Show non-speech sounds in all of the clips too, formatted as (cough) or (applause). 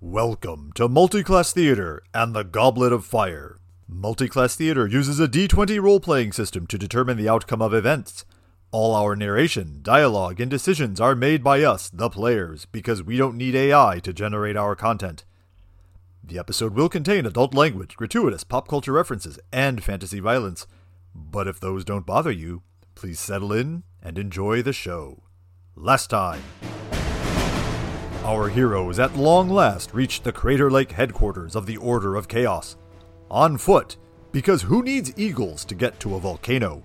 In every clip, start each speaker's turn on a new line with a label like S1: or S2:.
S1: Welcome to Multiclass Theater and the Goblet of Fire. Multiclass Theater uses a D20 role playing system to determine the outcome of events. All our narration, dialogue, and decisions are made by us, the players, because we don't need AI to generate our content. The episode will contain adult language, gratuitous pop culture references, and fantasy violence. But if those don't bother you, please settle in and enjoy the show. Last time. Our heroes at long last reached the Crater Lake headquarters of the Order of Chaos. On foot, because who needs eagles to get to a volcano?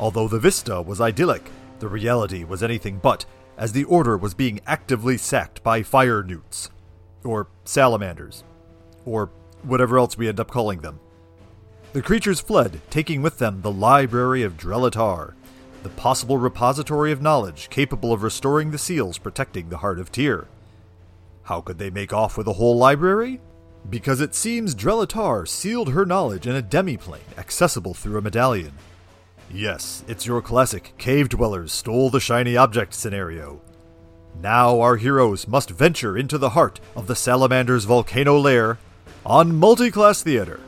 S1: Although the vista was idyllic, the reality was anything but, as the Order was being actively sacked by fire newts. Or salamanders. Or whatever else we end up calling them. The creatures fled, taking with them the Library of Drelatar, the possible repository of knowledge capable of restoring the seals protecting the Heart of Tyr. How could they make off with a whole library? Because it seems Drelatar sealed her knowledge in a demiplane accessible through a medallion. Yes, it's your classic cave dwellers stole the shiny object scenario. Now our heroes must venture into the heart of the Salamander's volcano lair on Multiclass Theater.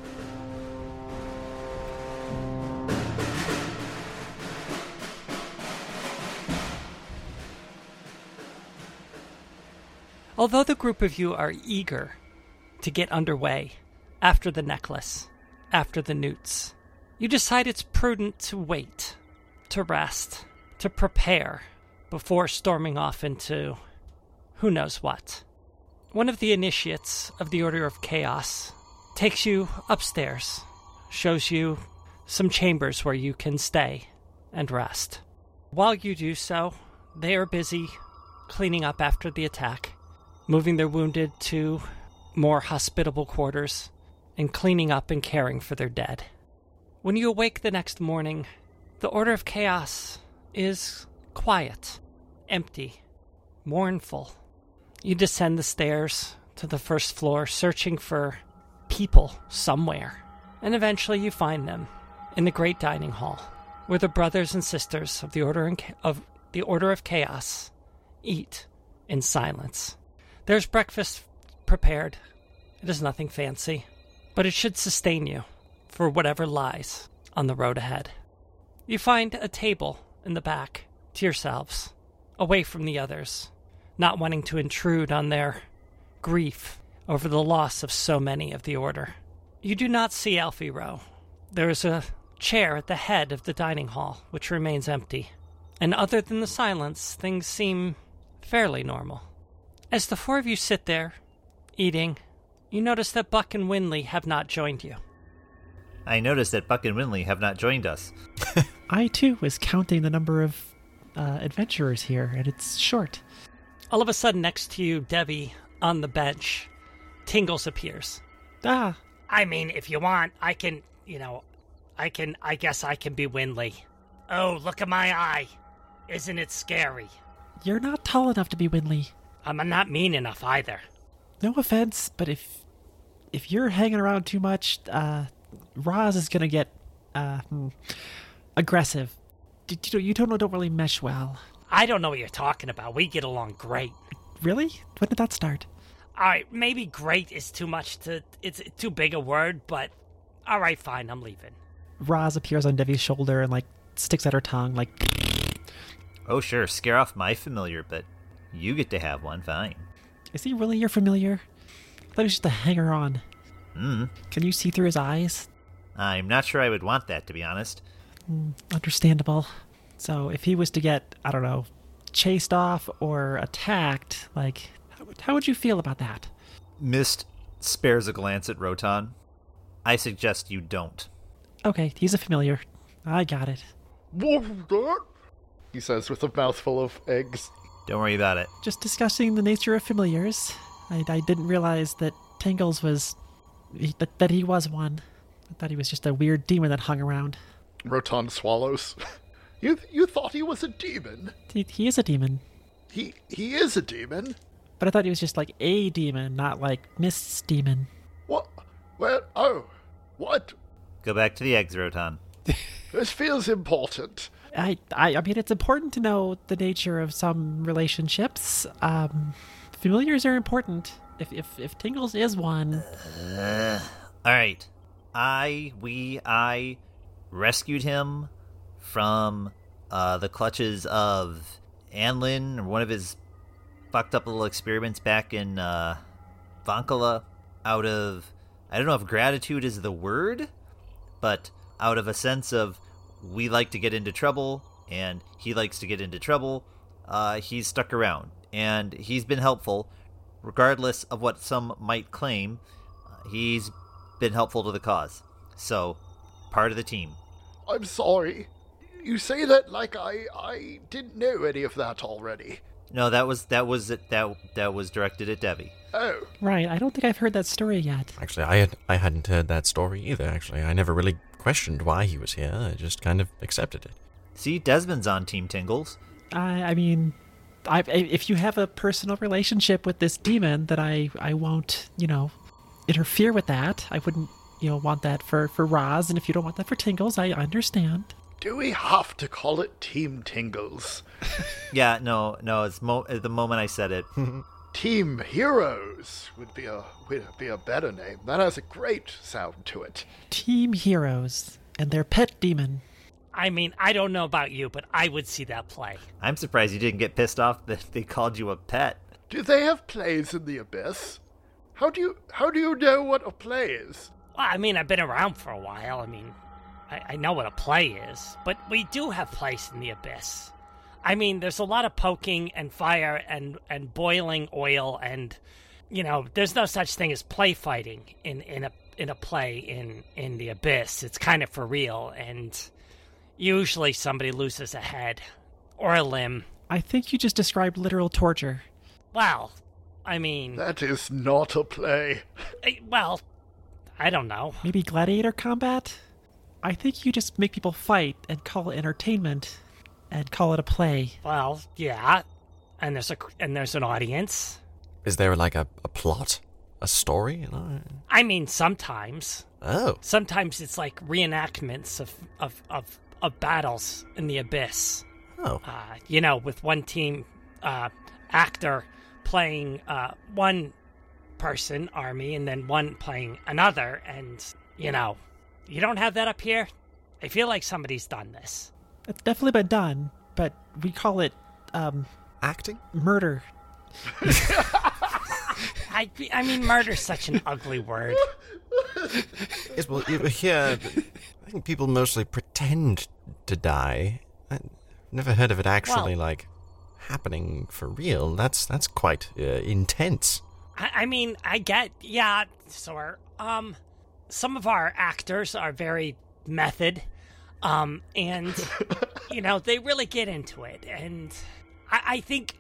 S2: Although the group of you are eager to get underway after the necklace, after the newts, you decide it's prudent to wait, to rest, to prepare before storming off into who knows what. One of the initiates of the Order of Chaos takes you upstairs, shows you some chambers where you can stay and rest. While you do so, they are busy cleaning up after the attack moving their wounded to more hospitable quarters, and cleaning up and caring for their dead. When you awake the next morning, the Order of Chaos is quiet, empty, mournful. You descend the stairs to the first floor, searching for people somewhere, and eventually you find them in the great dining hall, where the brothers and sisters of the Order in- of the Order of Chaos eat in silence. There's breakfast prepared. It is nothing fancy, but it should sustain you for whatever lies on the road ahead. You find a table in the back to yourselves, away from the others, not wanting to intrude on their grief over the loss of so many of the order. You do not see Alfie Rowe. There is a chair at the head of the dining hall, which remains empty. And other than the silence, things seem fairly normal. As the four of you sit there, eating, you notice that Buck and Winley have not joined you.
S3: I noticed that Buck and Winley have not joined us.
S4: I too was counting the number of uh, adventurers here, and it's short.
S2: All of a sudden, next to you, Debbie, on the bench, Tingles appears.
S4: Ah,
S2: I mean, if you want, I can, you know, I can, I guess I can be Winley. Oh, look at my eye. Isn't it scary?
S4: you're not tall enough to be Winley.
S2: I'm not mean enough either.
S4: No offense, but if if you're hanging around too much, uh, Roz is gonna get uh, hmm, aggressive. D- You don't- you don't don't really mesh well.
S2: I don't know what you're talking about. We get along great.
S4: Really? When did that start?
S2: All right, maybe great is too much to, it's too big a word, but all right, fine, I'm leaving.
S4: Roz appears on Devi's shoulder and like sticks out her tongue, like
S3: Oh, sure, scare off my familiar, but you get to have one, fine.
S4: Is he really your familiar? I thought he was just a hanger on.
S3: Hmm.
S4: Can you see through his eyes?
S3: I'm not sure I would want that, to be honest.
S4: Understandable. So if he was to get, I don't know, chased off or attacked, like, how would, how would you feel about that?
S3: Mist spares a glance at Rotan. I suggest you don't.
S4: Okay, he's a familiar. I got it.
S5: He says with a mouthful of eggs.
S3: Don't worry about it.
S4: Just discussing the nature of familiars. I, I didn't realize that Tangles was. he- That, that he was one. I thought he was just a weird demon that hung around.
S5: Rotan swallows. (laughs) you you thought he was a demon?
S4: He, he is a demon.
S5: He he is a demon.
S4: But I thought he was just like a demon, not like Mist's demon.
S5: What? Well, oh, what?
S3: Go back to the eggs, Rotan.
S5: This feels important.
S4: I, I, I mean, it's important to know the nature of some relationships. Um, familiars are important. If if if Tingles is one,
S3: All right. I, we, I rescued him from uh, the clutches of Anlin or one of his fucked up little experiments back in uh, Vankala out of, I don't know if gratitude is the word, but out of a sense of we like to get into trouble and he likes to get into trouble, uh, he's stuck around and he's been helpful, regardless of what some might claim. Uh, He's been helpful to the cause, so part of the team.
S5: I'm sorry. You say that like I I didn't know any of that already.
S3: No, that was that was it, that that was directed at Debbie.
S5: Oh,
S4: right? I don't think I've heard that story yet.
S6: Actually, I had I hadn't heard that story either. Actually, I never really questioned why he was here. I just kind of accepted it.
S3: See, Desmond's on Team Tingles.
S4: I I mean, I I- if you have a personal relationship with this demon, that I I won't you know interfere with that. I wouldn't you know want that for for Roz, and if you don't want that for Tingles, I understand.
S5: do we have to call it Team Tingles?
S3: Yeah, no, no, it's mo- at the moment I said it.
S5: Team Heroes would be a would be a better name. That has a great sound to it.
S4: Team heroes and their pet demon.
S2: I mean, I don't know about you, but I would see that play.
S3: I'm surprised you didn't get pissed off that they called you a pet.
S5: Do they have plays in the abyss? How do you how do you know what a play is?
S2: Well, I mean, I've been around for a while. I mean, I, I know what a play is, but we do have place in the abyss. I mean, there's a lot of poking and fire and, and boiling oil and, you know, there's no such thing as play fighting in, in a in a play in in the abyss. It's kind of for real, and usually somebody loses a head or a limb.
S4: I think you just described literal torture.
S2: Well, I mean,
S5: That is not a play.
S2: I- well, I don't know.
S4: Maybe gladiator combat? I think you just make people fight and call it entertainment and call it a play.
S2: Well, yeah, and there's a and there's an audience.
S6: Is there like a, a plot, a story? And I-
S2: I mean, sometimes,
S6: Oh,
S2: sometimes it's like reenactments of of of, of battles in the abyss.
S6: oh,
S2: Uh, you know, with one team uh, actor playing uh, one person army, and then one playing another, and you know, you don't have that up here. I feel like somebody's done this.
S4: It's definitely been done, but we call it um,
S6: acting.
S4: murder.
S2: I I mean, murder's such an ugly word.
S6: Yes, well, you- here, I think people mostly pretend to die. I've never heard of it actually
S2: Well-
S6: like happening for real. That's that's quite uh, intense.
S2: I, I mean, I get, yeah, sort. Um, some of our actors are very method, um, and you know they really get into it. And I, I think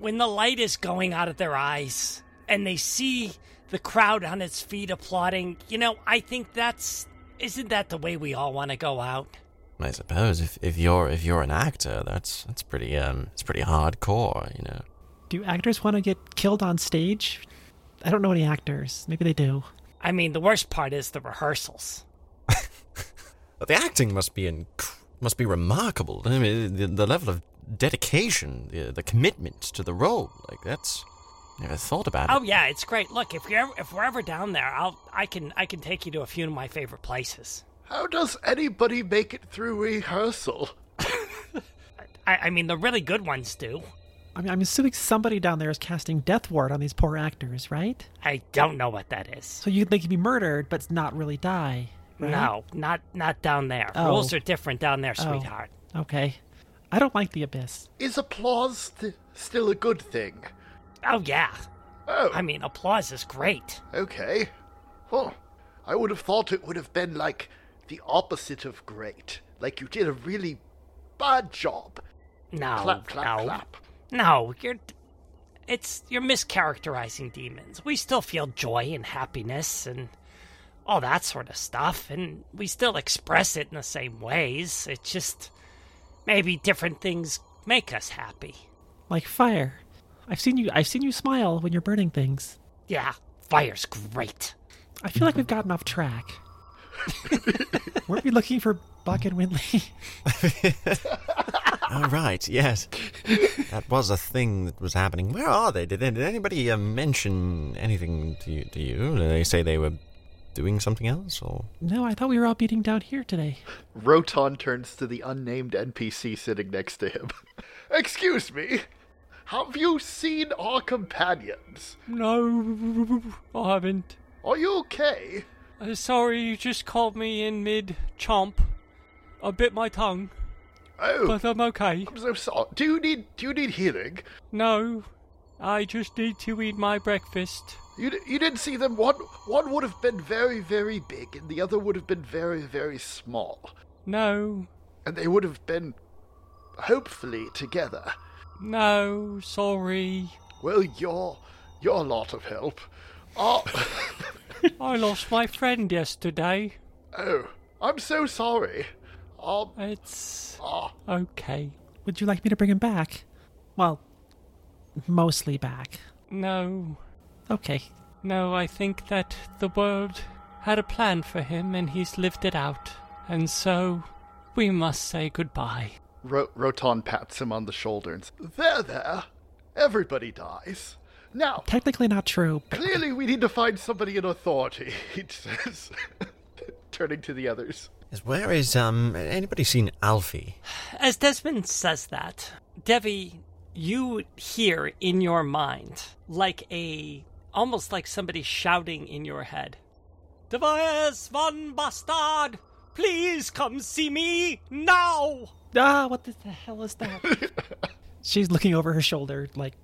S2: when the light is going out of their eyes and they see the crowd on its feet applauding, you know, I think that's isn't that the way we all want to go out?
S6: I suppose if, if you're if you're an actor, that's that's pretty um it's pretty hardcore, you know.
S4: Do actors want to get killed on stage? I don't know any actors. Maybe they do.
S2: I mean, the worst part is the rehearsals.
S6: But the acting must be inc- must be remarkable. I mean, the, the level of dedication, the, the commitment to the role, like that's never thought about
S2: Oh
S6: it.
S2: yeah, it's great. Look, if you're ever, if we're ever down there, I'll I can I can take you to a few of my favorite places.
S5: How does anybody make it through rehearsal?
S2: I, I mean, the really good ones do.
S4: I mean, I'm assuming somebody down there is casting death ward on these poor actors, right?
S2: I don't know what that is.
S4: So you they could be murdered, but not really die. right?
S2: No, not not down there.
S4: Oh.
S2: Rules are different down there,
S4: Oh,
S2: sweetheart.
S4: Okay. I don't like the abyss.
S5: Is applause th- still a good thing?
S2: Oh yeah.
S5: Oh,
S2: I mean, applause is great.
S5: okay. Huh. I would have thought it would have been like the opposite of great. Like you did a really bad job.
S2: No,
S5: clap, clap,
S2: no,
S5: clap.
S2: no. You're it's you're mischaracterizing demons. We still feel joy and happiness and all that sort of stuff, and we still express it in the same ways. It's just maybe different things make us happy.
S4: Like fire. I've seen you I've seen you smile when you're burning things.
S2: Yeah, fire's great.
S4: I feel like we've gotten off track. Weren't we looking for Buck and Winley?
S6: All right,
S2: (laughs)
S6: yes. That was a thing that was happening. Where are they? Did, did anybody uh, mention anything to you, to you? Did they say they were doing something else? Or
S4: (laughs) No, I thought we were all meeting down here today.
S5: Roton turns to the unnamed NPC sitting next to him. (laughs) Excuse me, have you seen our companions?
S2: No, I haven't.
S5: Are you okay?
S2: Uh, sorry, you just called me in mid chomp. I bit my tongue,
S5: Oh,
S2: but I'm okay.
S5: I'm so sorry. Do you need do you need healing?
S2: No, I just need to eat my breakfast.
S5: You, d- you didn't see them. One one would have been very very big, and the other would have been very very small,
S2: No,
S5: and they would have been hopefully together.
S2: no, sorry.
S5: Well, you're you're a lot of help. Oh,
S2: I lost my friend yesterday.
S5: (laughs) oh I'm so sorry. Um,
S2: It's
S5: ah,
S2: okay.
S4: Would you like me to bring him back? Well, mostly back.
S2: No,
S4: Okay.
S2: no, I think that the world had a plan for him and he's lived it out. And so we must say goodbye.
S5: Ro- Roton pats him on the shoulder and says, "There, there. Everybody dies. Now,
S4: Technically not true. but
S5: clearly, we need to find somebody in authority." He (laughs) says, turning to the others.
S6: Yes, where is um? Anybody seen Alfie?
S2: As Desmond says that, Devi, you hear in your mind like a almost like somebody shouting in your head. Devias von Bastard, please come see me now.
S4: ah, what the hell is that? She's looking over her shoulder, like,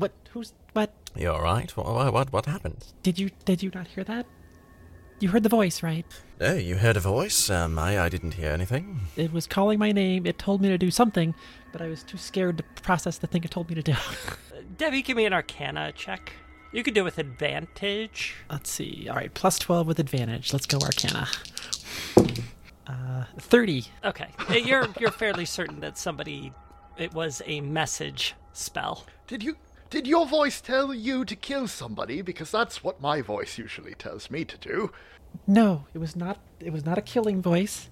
S4: what? Who's? What?
S6: You all right? What what what happened?
S4: Did you? Did you not hear that? You heard the voice, right?
S6: No, you heard a voice. Um, I I didn't hear anything.
S4: It was calling my name. It told me to do something, but I was too scared to process the thing it told me to do. (laughs)
S2: Debbie, give me an Arcana check. You could do with advantage.
S4: Let's see. All right, plus twelve with advantage. Let's go Arcana. Uh, thirty.
S2: Okay, (laughs) Uh, you're you're fairly certain that somebody it was a message spell.
S5: Did you did your voice tell you to kill somebody? Because that's what my voice usually tells me to do.
S4: No, it was not. It was not a killing voice.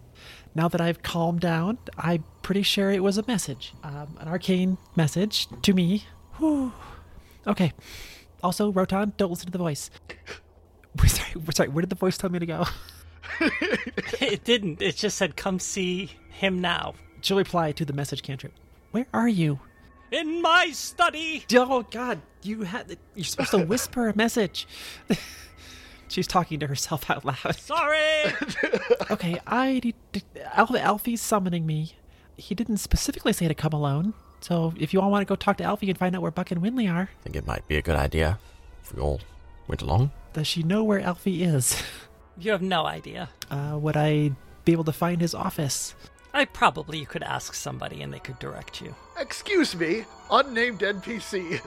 S4: Now that I've calmed down, I'm pretty sure it was a message, um, an arcane message to me. Whew. Okay. Also, Rotan, don't listen to the voice. (laughs) We're sorry, we're sorry. Where did the voice tell me to go? (laughs)
S2: it didn't. It just said, "Come see him now."
S4: She'll reply to the message cantrip. Where are you?
S2: In my study.
S4: Oh God, you had. You're supposed to whisper a message. (laughs) She's talking to herself out loud. (laughs)
S2: Sorry.
S4: Okay, I need to, Al- Alfie's summoning me. He didn't specifically say to come alone, so if you all want to go talk to Alfie and find out where Buck and Winley are,
S6: I think it might be a good idea if we all went along.
S4: does she know where Alfie is? (laughs)
S2: you have no idea.
S4: Uh, would I be able to find his office?
S2: I probably you could ask somebody and they could direct you.
S5: Excuse me, unnamed NPC.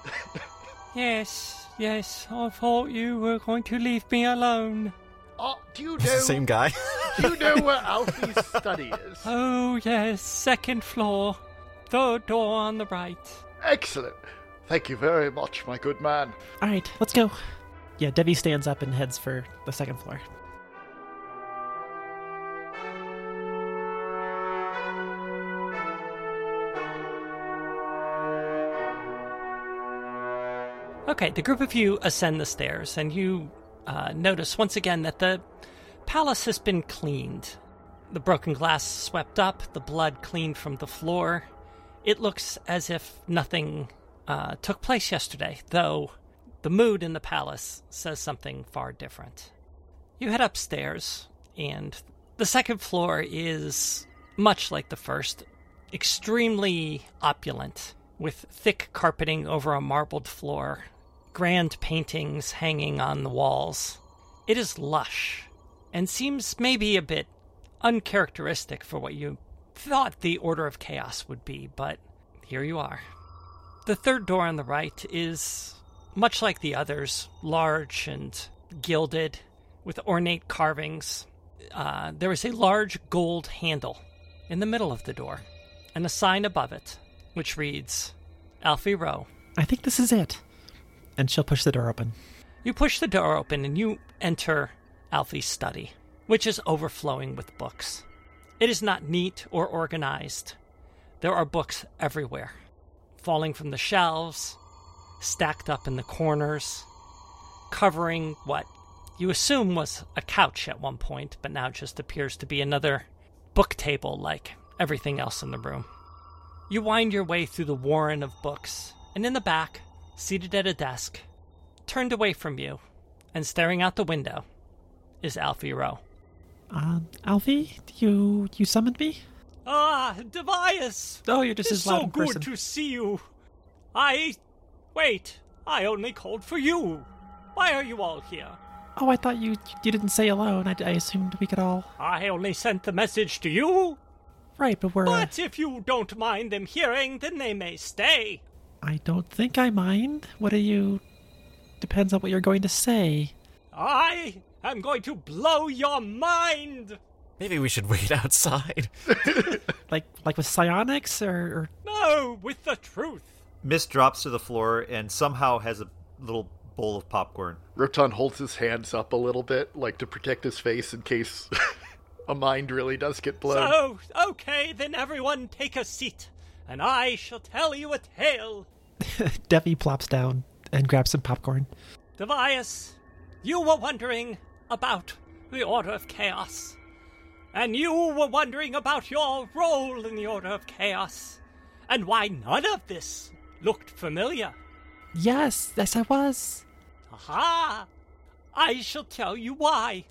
S2: Yes, yes. I thought you were going to leave me alone.
S5: (laughs) Uh, do you
S6: It's
S5: know?
S6: the same guy. (laughs)
S5: Do you know where Alfie's study is?
S2: Oh yes, second floor, third door on the right.
S5: Excellent. Thank you very much, my good man.
S4: All right, let's go. Yeah, Debbie stands up and heads for the second floor.
S2: Okay, the group of you ascend the stairs, and you uh, notice once again that the palace has been cleaned. The broken glass swept up, the blood cleaned from the floor. It looks as if nothing uh, took place yesterday, though the mood in the palace says something far different. You head upstairs, and the second floor is much like the first, extremely opulent, with thick carpeting over a marbled floor, grand paintings hanging on the walls. It is lush, and seems maybe a bit uncharacteristic for what you thought the Order of Chaos would be, but here you are. The third door on the right is, much like the others, large and gilded with ornate carvings. Uh, there is a large gold handle in the middle of the door and a sign above it which reads Alfie Rowe.
S4: I think this is it. And she'll push the door open.
S2: You push the door open and you enter Alfie's study, which is overflowing with books. It is not neat or organized, There are books everywhere, falling from the shelves, stacked up in the corners, covering what you assume was a couch at one point, but now just appears to be another book table like everything else in the room. You wind your way through the warren of books, and in the back, seated at a desk, turned away from you and staring out the window, is Alfie Rowe.
S4: Um, Alfie, you you summoned me?
S2: Ah, Devias!
S4: Oh, you're just
S2: It's
S4: as loud
S2: so
S4: in
S2: good
S4: person.
S2: to see you. I. Wait, I only called for you. Why are you all here?
S4: Oh, I thought you you didn't say hello, and I, I assumed we could all.
S2: I only sent the message to you,
S4: Right, but we're. uh,
S2: but if you don't mind them hearing, then they may stay.
S4: I don't think I mind. What are you? Depends on what you're going to say.
S2: I am going to blow your mind!
S6: Maybe we should wait outside.
S4: Like like with psionics or, or
S2: No, with the truth.
S3: Mist drops to the floor and somehow has a little bowl of popcorn.
S5: Rotan holds his hands up a little bit, like to protect his face in case (laughs) a mind really does get
S2: Uh.
S5: blown.
S2: So, okay, then everyone take a seat, and I shall tell you a tale.
S4: (laughs) Devi plops down and grabs some popcorn.
S2: Devias, you were wondering about the Order of Chaos. And you were wondering about your role in the Order of Chaos. And why none of this looked familiar.
S4: Yes, yes, I was.
S2: Aha! I shall tell you why.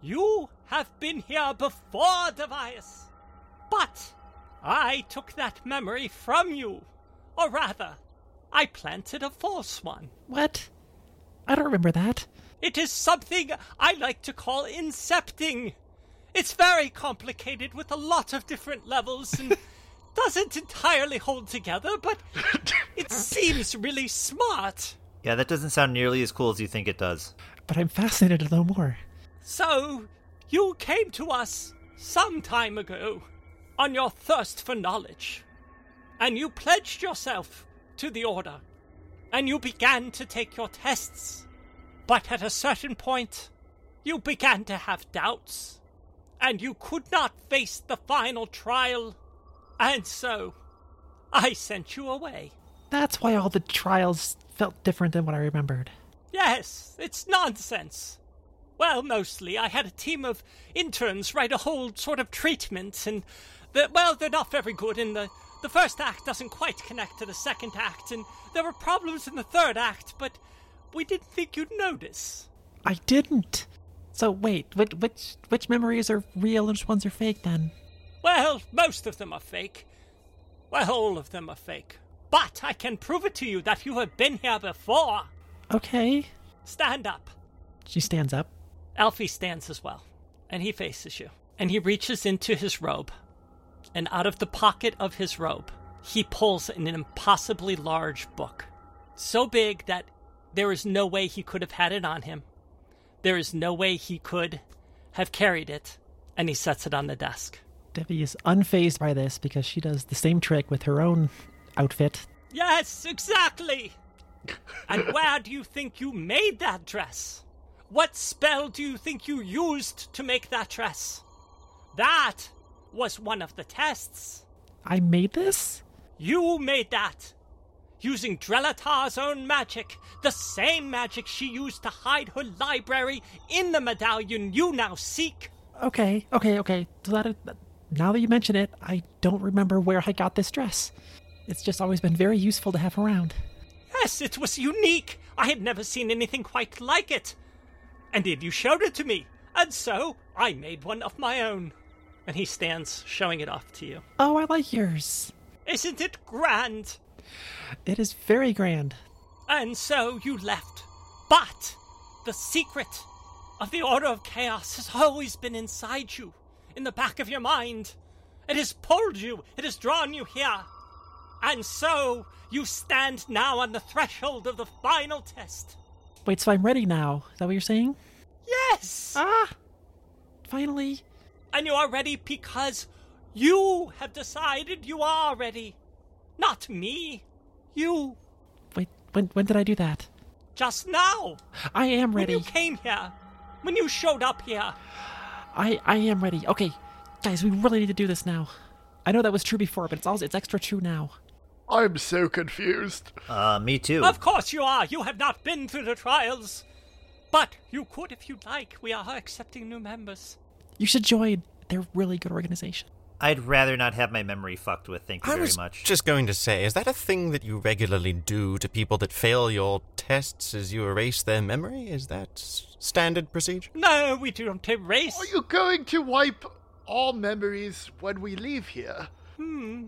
S2: You have been here before, Devias. But I took that memory from you. Or rather, I planted a false one.
S4: What? I don't remember that.
S2: It is something I like to call incepting. It's very complicated with a lot of different levels and doesn't entirely hold together, but it seems really smart.
S3: Yeah, that doesn't sound nearly as cool as you think it does.
S4: But I'm fascinated to know more.
S2: So, you came to us some time ago on your thirst for knowledge, and you pledged yourself to the Order, and you began to take your tests. But at a certain point, you began to have doubts, and you could not face the final trial, and so I sent you away.
S4: That's why all the trials felt different than what I remembered.
S2: Yes, it's nonsense. Well, mostly. I had a team of interns write a whole sort of treatment, and the, well, they're not very good. And the the first act doesn't quite connect to the second act, and there were problems in the third act, but we didn't think you'd notice.
S4: I didn't. So wait, which which, which memories are real and which ones are fake then?
S2: Well, most of them are fake. Well, all of them are fake. But I can prove it to you that you have been here before.
S4: Okay.
S2: Stand up.
S4: She stands up.
S2: Alfie stands as well, and he faces you. And he reaches into his robe, and out of the pocket of his robe, he pulls an impossibly large book. So big that there is no way he could have had it on him. There is no way he could have carried it, and he sets it on the desk.
S4: Debbie is unfazed by this because she does the same trick with her own outfit.
S2: Yes, exactly! and where do you think you made that dress? What spell do you think you used to make that dress? That was one of the tests.
S4: I made this?
S2: You made that! Using Drelatar's own magic, the same magic she used to hide her library in the medallion you now seek.
S4: Okay, okay, okay. So that now that you mention it, I don't remember where I got this dress. It's just always been very useful to have around.
S2: Yes, it was unique. I had never seen anything quite like it. And then you showed it to me. And so I made one of my own. And he stands showing it off to you.
S4: Oh, I like yours.
S2: Isn't it grand?
S4: It is very grand.
S2: And so you left. But the secret of the Order of Chaos has always been inside you, in the back of your mind. It has pulled you, it has drawn you here. And so you stand now on the threshold of the final test.
S4: Wait, so I'm ready now. Is that what you're saying?
S2: Yes!
S4: Ah! Finally.
S2: And you are ready because you have decided you are ready. Not me. You.
S4: Wait, when when did I do that?
S2: Just now.
S4: I am ready.
S2: When you came here. When you showed up here.
S4: I I am ready. Okay, guys, we really need to do this now. I I know that was true before, but it's also it's extra true now.
S5: I'm so confused.
S3: Uh, me too.
S2: Of course you are. You have not been through the trials. But you could if you'd like. We are accepting new members.
S4: You should join. They're a really good organization.
S3: I'd rather not have my memory fucked with. Thank you
S6: I
S3: very
S6: was
S3: much.
S6: just going to say, is that a thing that you regularly do to people that fail your tests as you erase their memory? Is that s- standard procedure?
S2: No, we don't erase.
S5: Are you going to wipe all memories when we leave here?
S2: Hmm.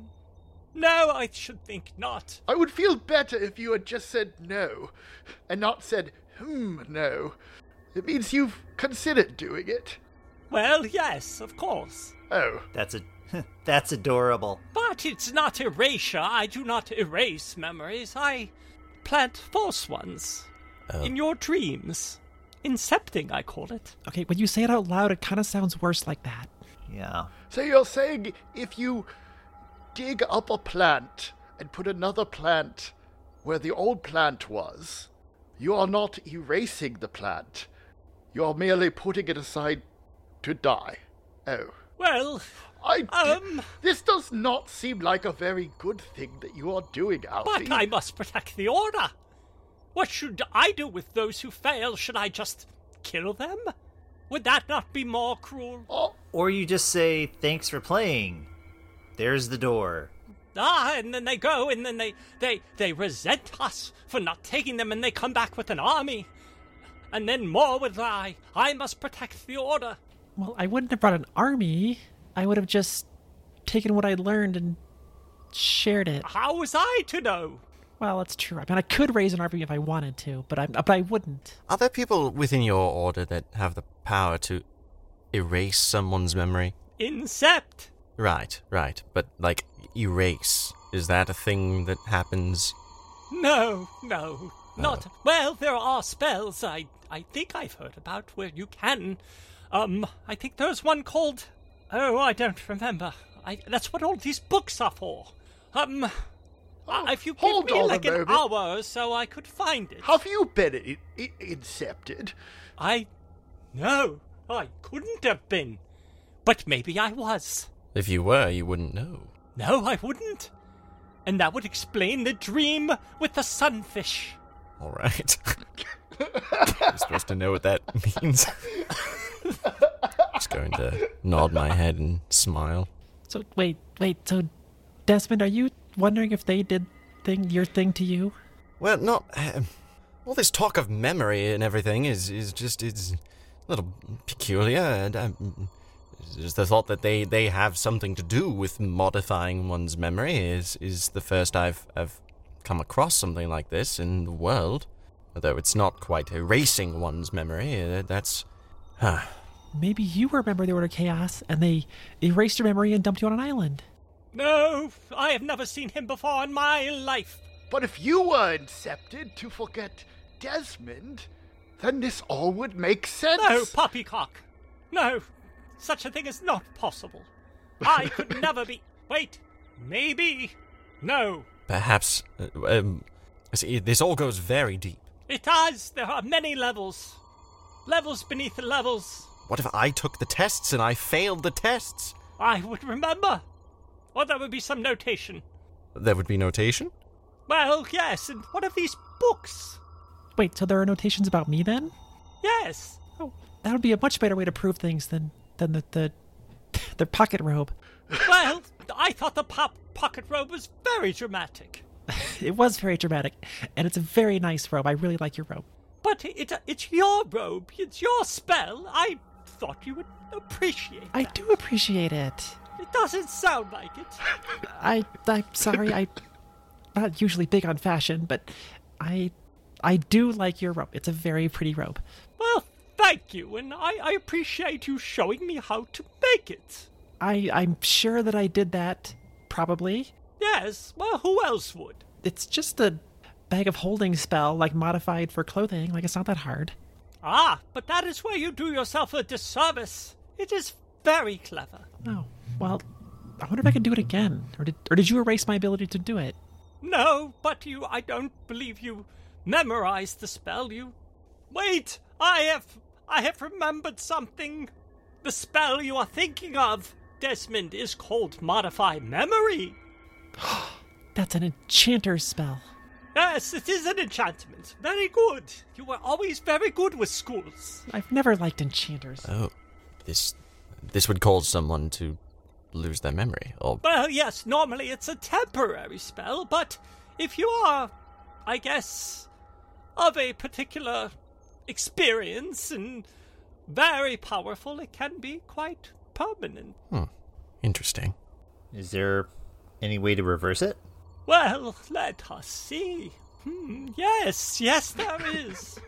S2: No, I should think not.
S5: I would feel better if you had just said no, and not said, hmm, no. It means you've considered doing it.
S2: Well, yes, of course.
S5: Oh,
S3: That's a (laughs) that's adorable.
S2: But it's not erasure. I do not erase memories. I plant false ones. In your dreams. Incepting, I call it.
S4: Okay, when you say it out loud, it kind of sounds worse like that.
S3: Yeah.
S5: so you're saying if you dig up a plant and put another plant where the old plant was, you are not erasing the plant. You are merely putting it aside to die. Oh.
S2: Well,
S5: I.
S2: Um.
S5: This does not seem like a very good thing that you are doing, Alfie.
S2: But I must protect the order. What should I do with those who fail? Should I just kill them? Would that not be more cruel?
S5: Oh,
S3: Or you just say thanks for playing. There's the door.
S2: Ah, and then they go, and then they they they resent us for not taking them, and they come back with an army. And then more would lie. I must protect the order.
S4: Well, I wouldn't have brought an army. I would have just taken what I learned and shared it.
S2: How was I to know?
S4: Well, that's true. I mean, I could raise an army if I wanted to, but I but I wouldn't.
S6: Are there people within your order that have the power to erase someone's memory?
S2: Incept.
S6: Right, right. But, like, erase. Is that a thing that happens?
S2: No, no, not. Well, there are spells I I think I've heard about where you can. Um, I think there's one called. Oh, I don't remember. I that's what all these books are for. Um, uh, if you give
S5: Oh, hold
S2: me
S5: on a
S2: like an
S5: moment.
S2: hour or so, I could find it.
S5: have you been in- in- incepted?
S2: I, no, I couldn't have been, but maybe I was.
S6: If you were, you wouldn't know.
S2: No, I wouldn't, and that would explain the dream with the sunfish.
S6: All right. (laughs) You're supposed to know what that means. Just going to nod my head and smile.
S4: So wait, wait. So, Desmond, are you wondering if they did thing your thing to you?
S6: Well, not um, all this talk of memory and everything is is just it's a little peculiar, and um, just the thought that they they have something to do with modifying one's memory is is the first I've I've come across something like this in the world. Although it's not quite erasing one's memory, uh, that's huh.
S4: Maybe you were a member of the Order of Chaos, and they erased your memory and dumped you on an island.
S2: No, I have never seen him before in my life.
S5: But if you were incepted to forget Desmond, then this all would make sense.
S2: No, poppycock. No, such a thing is not possible. I could never be. Wait, maybe. No,
S6: Perhaps uh, um, see, this all goes very deep.
S2: it does. There are many levels. Levels beneath levels.
S6: What if I took the tests and I failed the tests?
S2: I would remember. Or there would be some notation.
S6: There would be notation.
S2: Well, yes, and what of these books?
S4: Wait, so there are notations about me then?
S2: Yes.
S4: Oh, that would be a much better way to prove things than than the (laughs) the, the pocket robe.
S2: Well, I thought the pop pocket robe was very dramatic.
S4: It was very dramatic, and it's a very nice robe. I really like your robe.
S2: But it, it's your robe, it's your spell. I thought you would appreciate
S4: I
S2: that.
S4: do appreciate it.
S2: It doesn't sound like it.
S4: I I'm sorry. I (laughs) not usually big on fashion, but I I do like your robe. It's a very pretty robe.
S2: Well, thank you, and I, I appreciate you showing me how to make it.
S4: I I'm sure that I did that probably.
S2: Yes, well, who else would?
S4: It's just a bag of holding spell like modified for clothing. Like it's not that hard.
S2: Ah, but that is where you do yourself a disservice. It is very clever.
S4: Oh, well, I wonder if I can do it again. Or did, or did you erase my ability to do it?
S2: No, but you, I don't believe you memorized the spell. You. Wait, I have. I have remembered something. The spell you are thinking of Desmond is called Modify Memory.
S4: That's an enchanter's spell.
S2: Yes, it is an enchantment. Very good. You were always very good with schools.
S4: I've never liked enchanters.
S6: Oh, this this would cause someone to lose their memory. Oh, Or
S2: Well, yes, normally it's a temporary spell, but if you are, I guess, of a particular experience and very powerful, it can be quite permanent.
S6: interesting.
S3: Is there any way to reverse it?
S2: Well, let us see. Hmm, yes, yes, there is.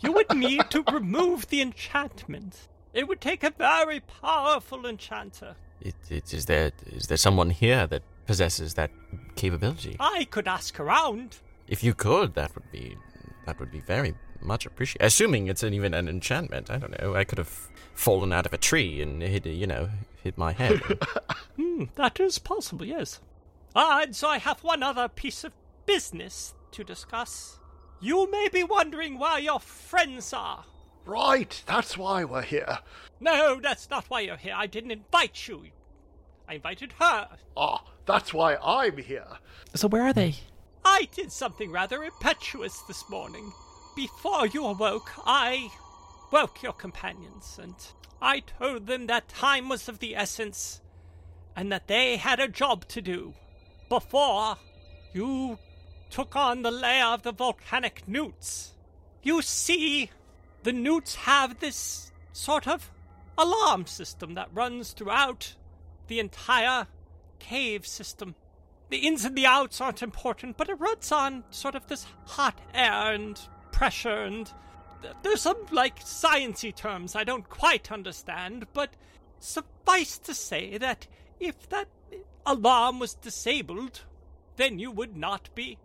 S2: you would need to remove the enchantment. It would take a very powerful enchanter.
S6: It, it, is there is there someone here that possesses that capability?
S2: I could ask around.
S6: If you could, that would be that would be very much appreciated. Assuming it's an, even an enchantment, I don't know. I could have fallen out of a tree and hit you know hit my (laughs) head.
S2: Hmm, that is possible, yes. Ah, and so I have one other piece of business to discuss. You may be wondering where your friends are.
S5: Right, that's why we're here.
S2: No, that's not why you're here. I didn't invite you. I invited her.
S5: Ah, that's why I'm here.
S4: So where are they?
S2: I did something rather impetuous this morning. Before you awoke, I woke your companions, and I told them that time was of the essence, and that they had a job to do before you took on the layer of the volcanic newts. You see, the newts have this sort of alarm system that runs throughout the entire cave system. The ins and the outs aren't important, but it runs on sort of this hot air and pressure and th- there's some like sciency terms I don't quite understand, but suffice to say that if that alarm was disabled, then you would not be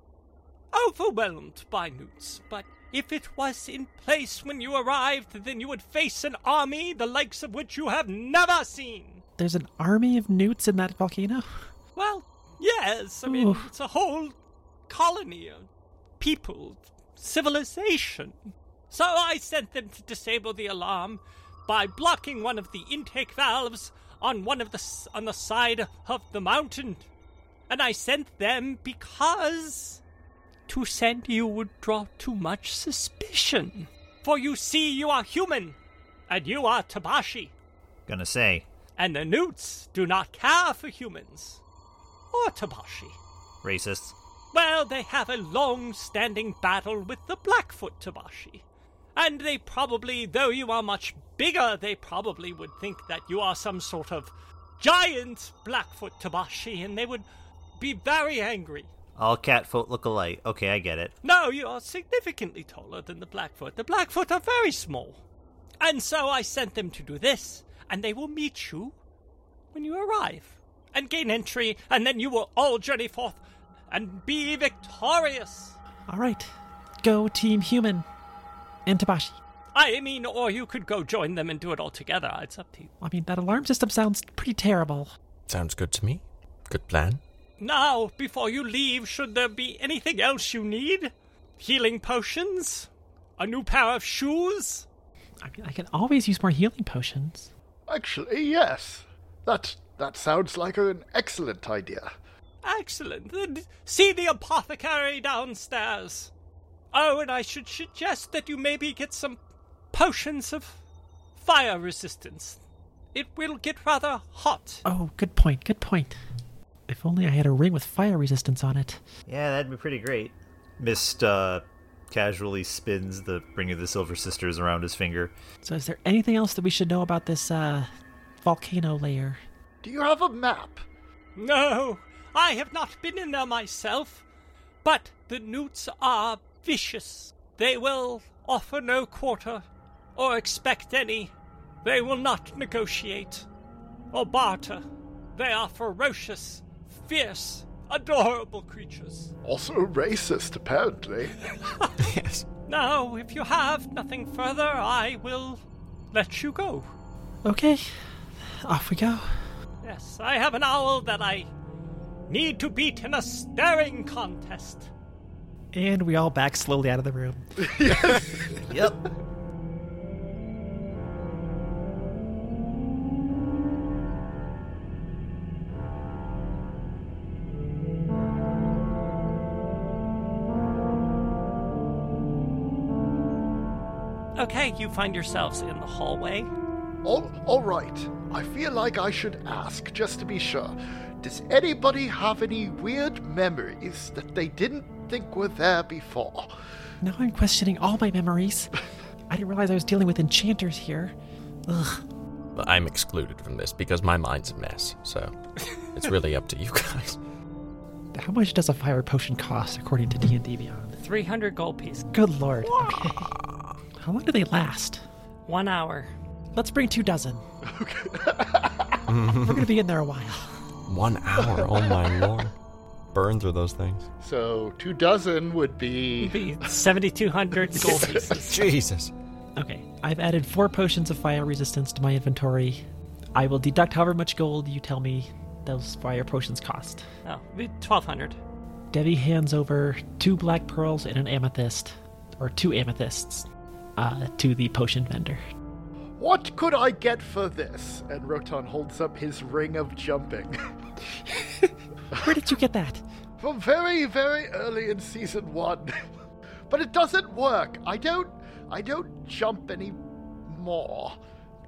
S2: overwhelmed by newts. But if it was in place when you arrived, then you would face an army the likes of which you have never seen.
S4: There's an army of newts in that volcano.
S2: Well, yes. I mean,
S4: Oof.
S2: it's a whole colony of people, civilization. So I sent them to disable the alarm by blocking one of the intake valves on one of the s- on the side of the mountain. And I sent them because to send you would draw too much suspicion. For you see, you are human, and you are Tabashi
S3: Gonna say,
S2: and the newts do not care for humans or Tabashi.
S3: racist.
S2: Well, they have a long standing battle with the Blackfoot Tabashi. And they probably, though you are much bigger, they probably would think that you are some sort of giant Blackfoot Tabashi, and they would be very angry.
S3: All catfolk look alike. Okay, I get it.
S2: No, you are significantly taller than the Blackfoot. The Blackfoot are very small. And so I sent them to do this, and they will meet you when you arrive and gain entry, and then you will all journey forth and be victorious.
S4: All right, go team human and Tabashi.
S2: I mean, or you could go join them and do it all together. It's up to you.
S4: I mean, that alarm system sounds pretty terrible.
S6: Sounds good to me. Good plan.
S2: Now, before you leave, should there be anything else you need? Healing potions? A new pair of shoes?
S4: I mean, I can always use more healing potions.
S5: Actually, yes. That that sounds like an excellent idea.
S2: Excellent. Then see the apothecary downstairs. Oh, and I should suggest that you maybe get some potions of fire resistance. It will get rather hot.
S4: Oh, good point, good point. If only I had a ring with fire resistance on it.
S3: Yeah, that'd be pretty great. Mist uh, casually spins the Ring of the Silver Sisters around his finger.
S4: So, is there anything else that we should know about this uh, volcano layer?
S5: Do you have a map?
S2: No, I have not been in there myself. But the newts are vicious. They will offer no quarter or expect any. They will not negotiate or barter. They are ferocious, fierce, adorable creatures.
S5: Also racist, apparently.
S6: Yes.
S2: Now, if you have nothing further, I will let you go.
S4: Okay, off we go.
S2: Yes, I have an owl that I need to beat in a staring contest.
S4: And we all back slowly out of the room.
S3: Yep.
S2: Okay, you find yourselves in the hallway.
S5: All, all right. I feel like I should ask just to be sure. Does anybody have any weird memories that they didn't think were there before?
S4: Now I'm questioning all my (laughs) memories. I didn't realize I was dealing with enchanters here. Ugh.
S6: Well, I'm excluded from this because my mind's a mess, so it's really up to you guys.
S4: How much does a fire potion cost according to D&D Beyond?
S2: 300 gold pieces.
S4: Good lord. Okay. How long do they last?
S2: One hour.
S4: Let's bring two dozen. We're going to (laughs) be in there a while.
S6: (laughs) One hour, oh my lord. Burn through those things.
S5: So, two dozen would be.
S2: Be 7,200 gold pieces.
S6: Jesus.
S4: Okay, I've added four potions of fire resistance to my inventory. I will deduct however much gold you tell me those fire potions cost.
S2: Oh, be 1,200.
S4: Debbie hands over two black pearls and an amethyst, or two amethysts, uh, to the potion vendor.
S5: (laughs)
S4: Mm-hmm.
S5: What could I get for this? And Roton holds up his ring of jumping. (laughs)
S4: Where did you get that?
S5: From very, very early in season one. (laughs) but it doesn't work. I don't. I don't jump any more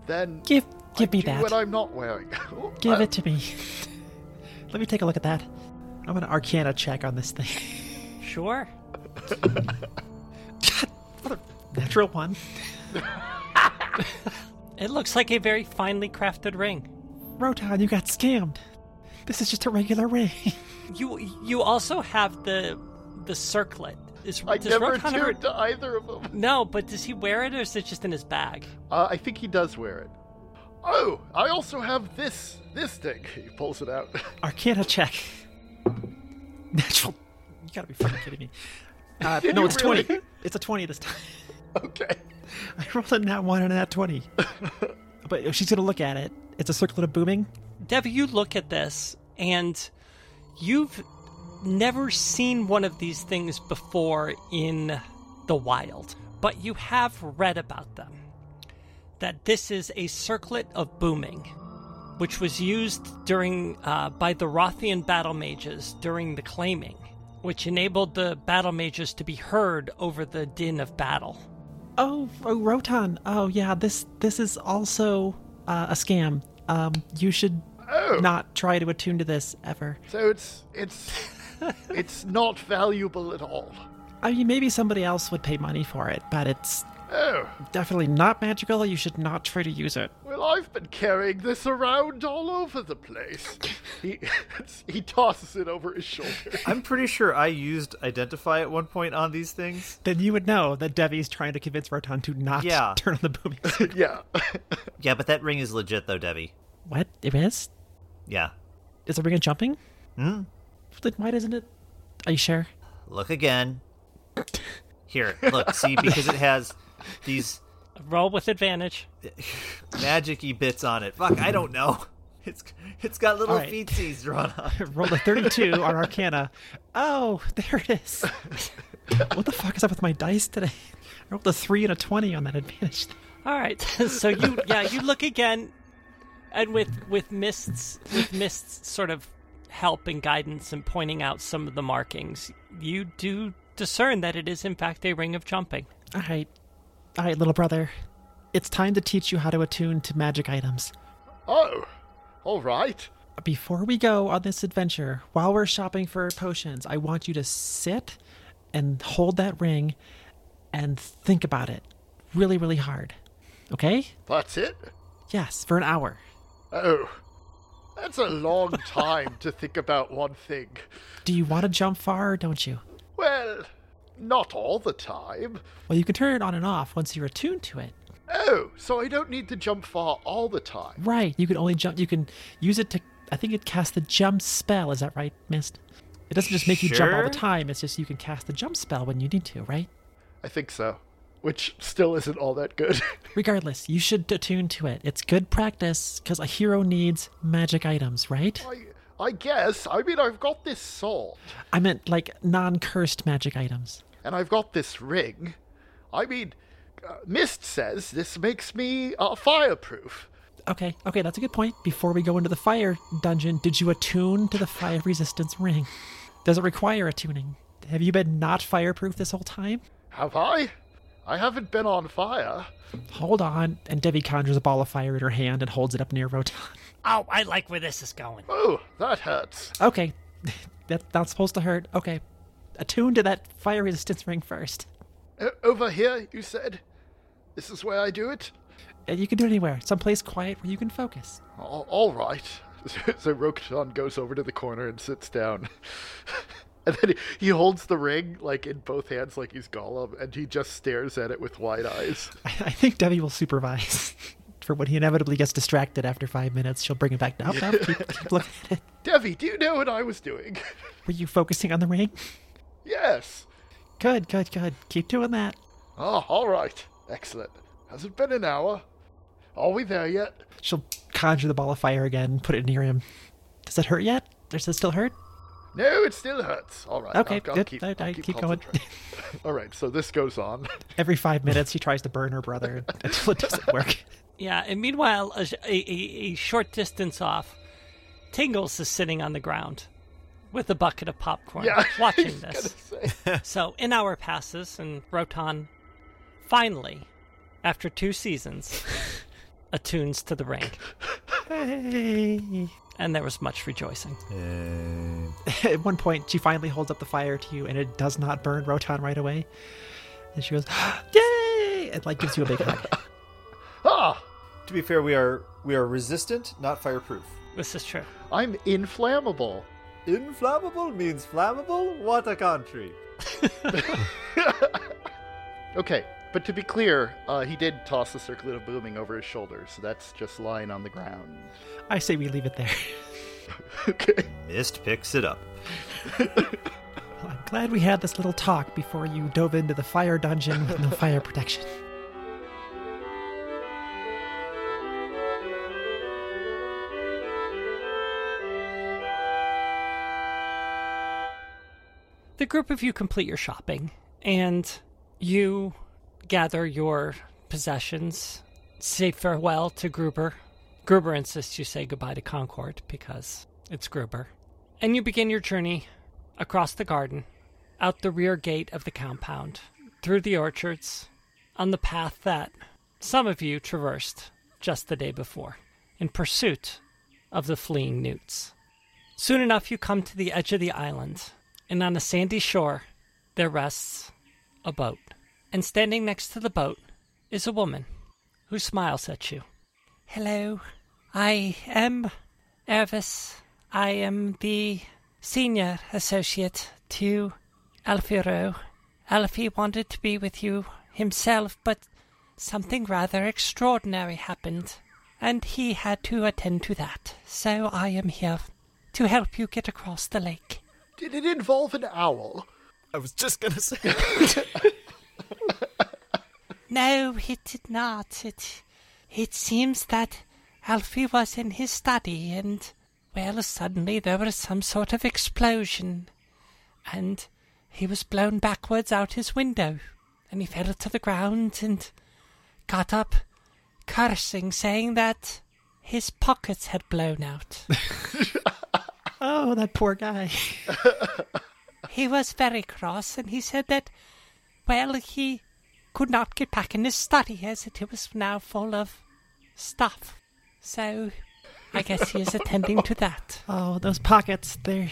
S5: than
S4: Give, give
S5: I
S4: me
S5: do
S4: that.
S5: when I'm not wearing. (laughs) Oh,
S4: Give
S5: uh,
S4: it to me. Let me take a look at that. I'm gonna Arcana check on this thing. (laughs)
S2: Sure.
S4: Natural one.
S2: It looks like a very finely crafted ring.
S4: Roton, you got scammed. This is just a regular ring.
S2: You you also have the the circlet. Is,
S5: I
S2: does
S5: never
S2: Rokan
S5: do
S2: ever-
S5: it to either of them. (laughs)
S2: No, but does he wear it or is it just in his bag?
S5: Uh, I think he does wear it. Oh, I also have this this thing. (laughs) He pulls it out.
S4: Arcana check. (laughs) Natural. You gotta be fucking kidding me. Uh,
S5: Did
S4: no,
S5: you
S4: it's
S5: really?
S4: 20. It's a 20 this time. (laughs)
S5: okay.
S4: I rolled a nat 1 and a nat 20. but she's gonna look at it. It's a circlet of booming.
S2: Dev, you look at this and you've never seen one of these things before in the wild, but you have read about them. That this is a circlet of booming, which was used during uh, by the Rothian battle mages during the claiming, which enabled the battle mages to be heard over the din of battle.
S4: Oh, oh Roton. Oh, yeah, this this is also uh, a scam. Um, you should not try to attune to this ever.
S5: So it's it's it's not valuable at all.
S4: I mean, maybe somebody else would pay money for it, but it's
S5: Oh,
S4: definitely not magical. You should not try to use it.
S5: well, I've been carrying this around all over the place. He (laughs) he tosses it over his shoulder.
S1: I'm pretty sure I used identify at one point on these things.
S4: Then you would know that Debbie's trying to convince Roton to not
S1: Yeah.
S4: (laughs) turn on the booming.
S5: yeah. (laughs)
S3: Yeah, but that ring is legit though, Debbie.
S4: what? It is?
S3: Yeah.
S4: Is the ring of jumping? Hmm? Then why doesn't it? Are you sure? (laughs)
S3: Look again. Here, look, see, because it has these
S2: Roll with advantage.
S3: magic-y bits on it. Fuck, I don't know. (laughs) It's it's got little
S4: All right.
S3: feetsies drawn on. it.
S4: Rolled a 32 on Arcana. Oh, there it is. what the fuck is up with my dice today? I rolled a 3 and a 20 on that advantage.
S2: All right. (laughs) so you yeah, you look again and with with mists with mists sort of help and guidance and pointing out some of the markings, you do discern that it is in fact a ring of jumping.
S4: All right. All right, little brother. It's time to teach you how to attune to magic items.
S5: Oh, all right.
S4: before we go on this adventure, while we're shopping for potions, I want you to sit and hold that ring and think about it really, really hard. Okay?
S5: That's it.
S4: Yes, for an hour.
S5: Oh, that's a long time to think about one thing.
S4: Do you want to jump far or don't you?
S5: Well, not all the time.
S4: Well, you can turn it on and off once you're attuned to it.
S5: Oh, so I don't need to jump far all the time.
S4: Right. You can only jump, you can use it to, I think it casts the jump spell. Is that right, Mist? It doesn't just make you jump all the
S3: Sure.
S4: time, it's just you can cast the jump spell when you need to, right?
S5: I think so. Which still isn't all that good. (laughs)
S4: Regardless, you should attune to it. It's good practice because a hero needs magic items, right?
S5: I, I guess. I mean, I've got this sword,
S4: I meant like non cursed magic items.
S5: and I've got this ring. I mean, uh, Mist says this makes me uh, fireproof.
S4: Okay, okay, that's a good point. Before we go into the fire dungeon, did you attune to the fire resistance ring? Does it require attuning? Have you been not fireproof this whole time?
S5: Have I? I haven't been on fire.
S4: Hold on. And Debbie conjures a ball of fire in her hand and holds it up near Rotan. (laughs)
S2: Oh, I like where this is going.
S5: Oh, that hurts.
S4: Okay. (laughs) That's not supposed to hurt. Okay. Attune to that fire resistance ring first.
S5: O- over here, you said? This is where I do it?
S4: And you can do it anywhere. Someplace quiet where you can focus. (laughs)
S5: All, all right. (laughs) So, so Rokutan goes over to the corner and sits down. (laughs) and then he holds the ring, like, in both hands, like he's Gollum, and he just stares at it with wide eyes.
S4: I, I think Debbie will supervise. (laughs) For when he inevitably gets distracted after five minutes, she'll bring him back. No, no, keep, keep looking at it.
S5: Devi, do you know what I was doing? (laughs)
S4: Were you focusing on the ring?
S5: yes.
S4: Good, good, good. Keep doing that.
S5: Oh, all right. Excellent. Has it been an hour? Are we there yet?
S4: She'll conjure the ball of fire again, put it near him. Does that hurt yet? Does it still hurt?
S5: No, it still hurts. All right.
S4: Okay,
S5: I'll- I'll
S4: good.
S5: keep-
S4: I-
S5: I'll
S4: I keep going.
S5: concentrating. (laughs) all right. So this goes on. (laughs)
S4: Every five minutes, she tries to burn her brother until it doesn't work.
S2: Yeah, and meanwhile, a, sh- a, a- a short distance off, Tingles is sitting on the ground with a bucket of popcorn
S5: Yeah. (laughs)
S2: watching
S5: he's
S2: this.
S5: gonna say.
S2: (laughs) So an hour passes, and Rotan finally, after two
S5: (laughs)
S2: seasons, attunes to the ring,
S4: Hey.
S2: and there was much rejoicing.
S4: At one point, she finally holds up the fire to you, and it does not burn Rotan right away. And she goes, (gasps) "Yay!" and like gives you a big hug.
S5: Ah,
S1: To be fair, we are we are resistant, not fireproof.
S2: This is true.
S5: I'm inflammable.
S1: Inflammable means flammable. What a country!
S5: Okay, but to be clear, uh, he did toss a circlet of blooming over his shoulder, so that's just lying on the ground.
S4: I say we leave it there.
S5: Okay.
S3: Mist picks it up.
S4: Well, I'm glad we had this little talk before you dove into the fire dungeon with no fire protection.
S2: the group of you complete your shopping and you gather your possessions, say farewell to Gruber. Gruber insists you say goodbye to Concord because it's Gruber. And you begin your journey across the garden, out the rear gate of the compound, through the orchards, on the path that some of you traversed just the day before in pursuit of the fleeing newts. Soon enough, you come to the edge of the island, and on a sandy shore, there rests a boat. And standing next to the boat is a woman who smiles at you. Hello, I am Ervis. I am the senior associate to Alfiro. Alfie wanted to be with you himself, but something rather extraordinary happened, and he had to attend to that. So I am here to help you get across the lake.
S5: Did it involve an owl?
S6: I was just gonna say.
S2: No, it did not. It, it seems that Alfie was in his study and, well, suddenly there was some sort of explosion and he was blown backwards out his window and he fell to the ground and got up cursing, saying that his pockets had blown out.
S4: (laughs) Oh, that poor guy.
S2: he was very cross and he said that, well, he could not get back in his study as it was now full of stuff. So I guess he is attending to that. (laughs)
S4: Oh, those pockets, they're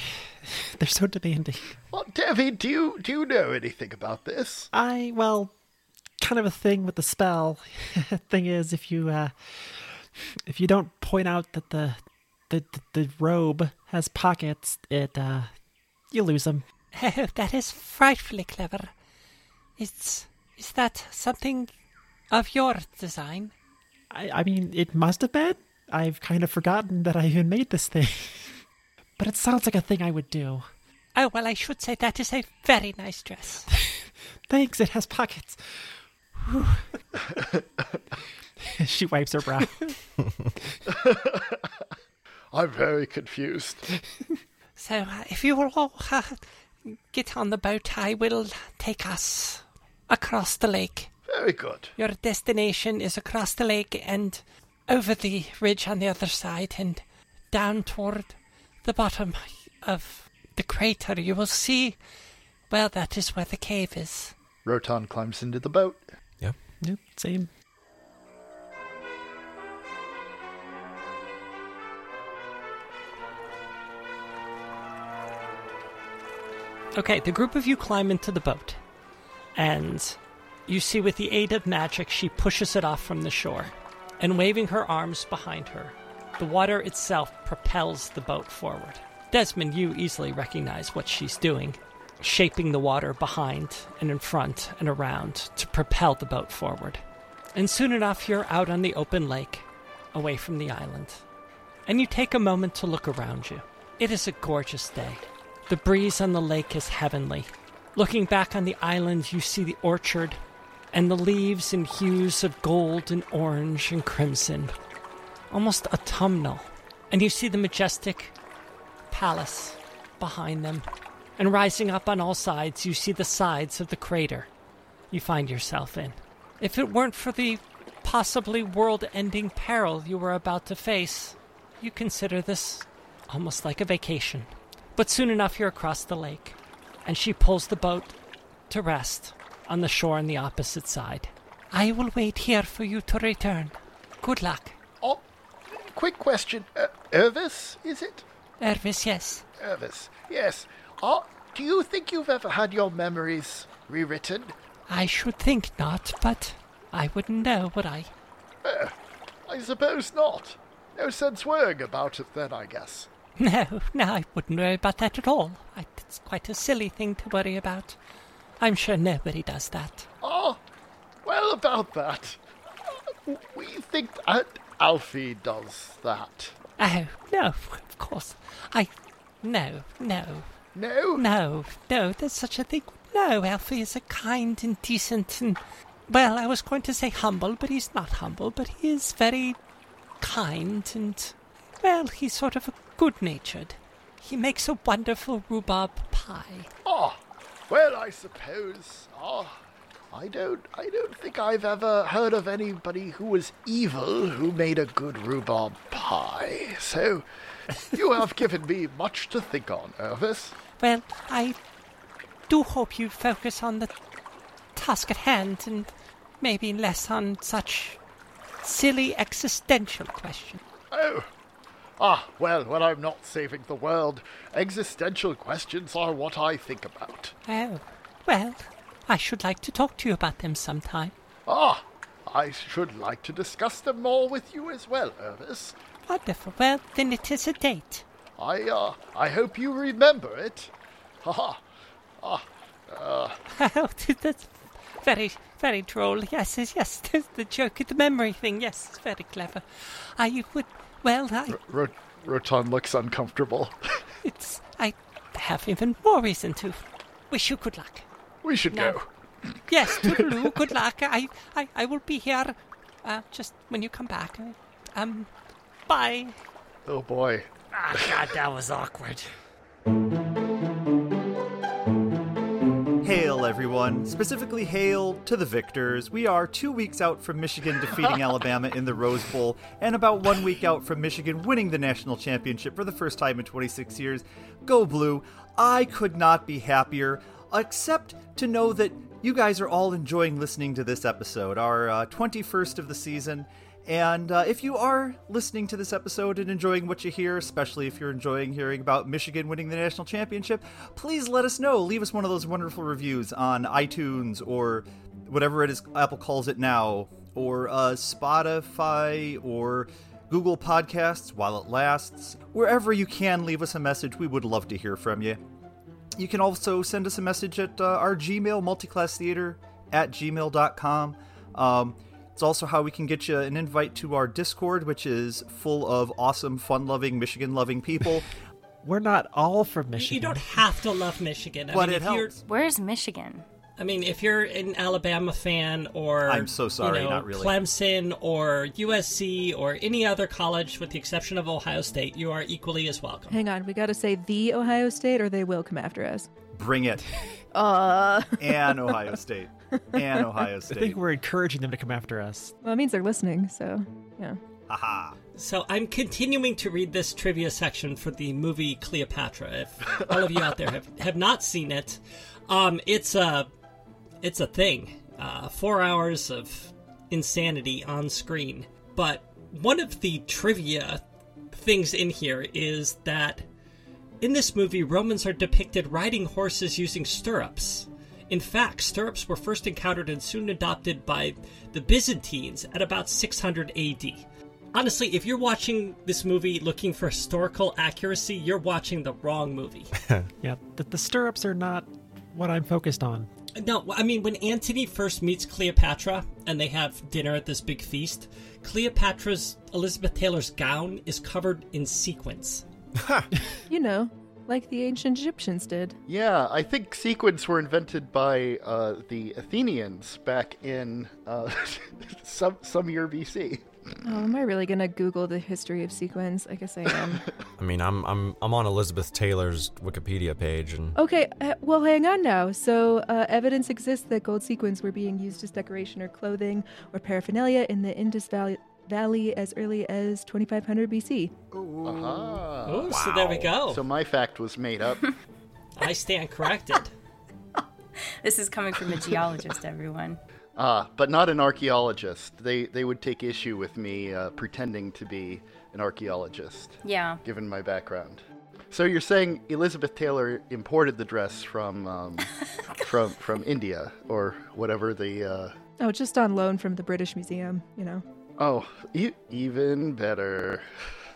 S4: they're so demanding.
S5: Well, Devi, do you do you know anything about this?
S4: I well, kind of a thing with the spell. (laughs) thing is, if you uh, if you don't point out that the the the, the robe has pockets, it uh, you lose them.
S2: Oh, that is frightfully clever. It's, is that something of your design?
S4: I, I mean, it must have been. I've kind of forgotten that I even made this thing. (laughs) but it sounds like a thing I would do.
S2: Oh, well, I should say that is a very nice dress.
S4: Thanks, it has pockets. Whew. (laughs) she wipes
S2: (laughs)
S4: her brow.
S5: I'm very confused.
S2: So uh, if you will all uh, get on the boat, I will take us across the lake.
S5: Very good.
S2: Your destination is across the lake and over the ridge on the other side and down toward the bottom of the crater. You will see, well, that is where the cave is.
S5: Rotan climbs into the boat.
S4: Yeah, same.
S2: Okay, the group of you climb into the boat, and you see with the aid of magic, she pushes it off from the shore, and waving her arms behind her, the water itself propels the boat forward. Desmond, you easily recognize what she's doing, shaping the water behind and in front and around to propel the boat forward. And soon enough, you're out on the open lake, away from the island, and you take a moment to look around you. It is a gorgeous day. The breeze on the lake is heavenly. Looking back on the island, you see the orchard and the leaves in hues of gold and orange and crimson, almost autumnal. And you see the majestic palace behind them. And rising up on all sides, you see the sides of the crater you find yourself in. If it weren't for the possibly world ending peril you were about to face, you consider this almost like a vacation. But soon enough, you're across the lake, and she pulls the boat to rest on the shore on the opposite side. I will wait here for you to return. Good luck.
S5: Oh, quick question. Uh, Ervis, is it?
S2: Ervis, yes.
S5: Ervis, yes. Oh, do you think you've ever had your memories rewritten?
S2: I should think not, but I wouldn't know, would I? (laughs)
S5: I suppose not. No sense worrying about it then, I guess.
S2: No, no, I wouldn't worry about that at all. I, it's quite a silly thing to worry about. I'm sure nobody does that.
S5: Oh, well, about that. We think that Alfie does that.
S2: Oh, no, of course. I. No, no,
S5: No?
S2: no, no, there's such a thing. No, Alfie is a kind and decent and. Well, I was going to say humble, but he's not humble, but he is very kind and. Well, he's sort of good natured. He makes a wonderful rhubarb pie.
S5: Oh, well, I suppose. Oh, I don't. I don't think I've ever heard of anybody who was evil who made a good rhubarb pie. So, you have given me much to think on, Ervis.
S2: Well, I do hope you focus on the task at hand and maybe less on such silly existential questions.
S5: Oh, ah, well, when I'm not saving the world, existential questions are what I think about.
S2: Oh, well, I should like to talk to you about them sometime.
S5: Ah, I should like to discuss them more with you as well, Ervis.
S2: Wonderful. Well, then it is a date.
S5: I uh, I hope you remember it. Ha ha. Ah, uh,
S2: (laughs) Oh, that's very, very droll. Yes, yes, yes. (laughs) There's the joke of the memory thing. Yes, it's very clever. I would. Well, I.
S5: Rot- Rotan looks uncomfortable. (laughs)
S2: It's. I have even more reason to wish you good luck.
S5: We should
S2: No.
S5: go.
S2: Yes, toodaloo. good luck. I, I, I will be here uh, just when you come back. Um, bye.
S5: Oh boy.
S2: Ah, God, that was awkward.
S1: Hail, everyone. Specifically, hail to the victors. We are two weeks out from Michigan defeating Alabama in the Rose Bowl, and about one week out from Michigan winning the national championship for the first time in 26 years. Go Blue. I could not be happier, except to know that you guys are all enjoying listening to this episode, our uh, 21st of the season. And uh, if you are listening to this episode and enjoying what you hear, especially if you're enjoying hearing about Michigan winning the national championship, please let us know. Leave us one of those wonderful reviews on iTunes or whatever it is Apple calls it now, or uh, Spotify or Google Podcasts while it lasts. Wherever you can, leave us a message. We would love to hear from you. You can also send us a message at uh, our Gmail, multiclasstheater at gmail.com. Um, it's also how we can get you an invite to our Discord, which is full of awesome, fun loving, Michigan loving people.
S4: We're not all from Michigan.
S2: You don't have to love Michigan. (laughs) I
S1: But
S2: mean,
S1: it
S2: if you're,
S1: helps.
S7: Where's Michigan?
S2: I mean, if you're an Alabama fan or
S1: I'm so sorry,
S2: you know,
S1: not really.
S2: Clemson or USC or any other college, with the exception of Ohio State, you are equally as welcome.
S8: Hang on, we got to say the Ohio State or they will come after us.
S1: Bring it.
S8: Uh,
S1: And
S2: (laughs)
S1: Ohio State. And Ohio
S4: I
S1: State.
S4: think we're encouraging them to come after us.
S8: well, it means they're listening, so yeah.
S1: Haha.
S2: So I'm continuing to read this trivia section for the movie Cleopatra. If (laughs) all of you out there have, have not seen it, um, it's a it's a thing. uh, four hours of insanity on screen. But one of the trivia things in here is that in this movie, Romans are depicted riding horses using stirrups. In fact, stirrups were first encountered and soon adopted by the Byzantines at about 600 AD. Honestly, if you're watching this movie looking for historical accuracy, you're watching the wrong movie. (laughs)
S4: Yeah, the, the stirrups are not what I'm focused on.
S2: No, I mean, when Antony first meets Cleopatra and they have dinner at this big feast, Cleopatra's Elizabeth Taylor's gown is covered in sequins.
S8: You know, like the ancient Egyptians did.
S5: Yeah, I think sequins were invented by uh, the Athenians back in uh, (laughs) some some year BC.
S8: Oh, am I really gonna Google the history of sequins? I guess I am.
S6: I mean, I'm I'm I'm on Elizabeth Taylor's Wikipedia page, and
S8: okay, uh, well, hang on now. So, uh, evidence exists that gold sequins were being used as decoration or clothing or paraphernalia in the Indus Valley, Valley as early as 2500 BC.
S5: Aha.
S2: Oh, so there we go.
S5: So my fact was made up.
S2: (laughs) I stand corrected.
S7: This is
S2: (laughs)
S7: coming from a geologist, everyone.
S5: Ah, but not an archaeologist. They they would take issue with me uh, pretending to be an archaeologist,
S7: Yeah.
S5: given my background. So you're saying Elizabeth Taylor imported the dress from
S7: (laughs)
S5: um, from from India or whatever the. Uh...
S8: Oh, just on loan from the British Museum, you know.
S5: Oh, e- even better.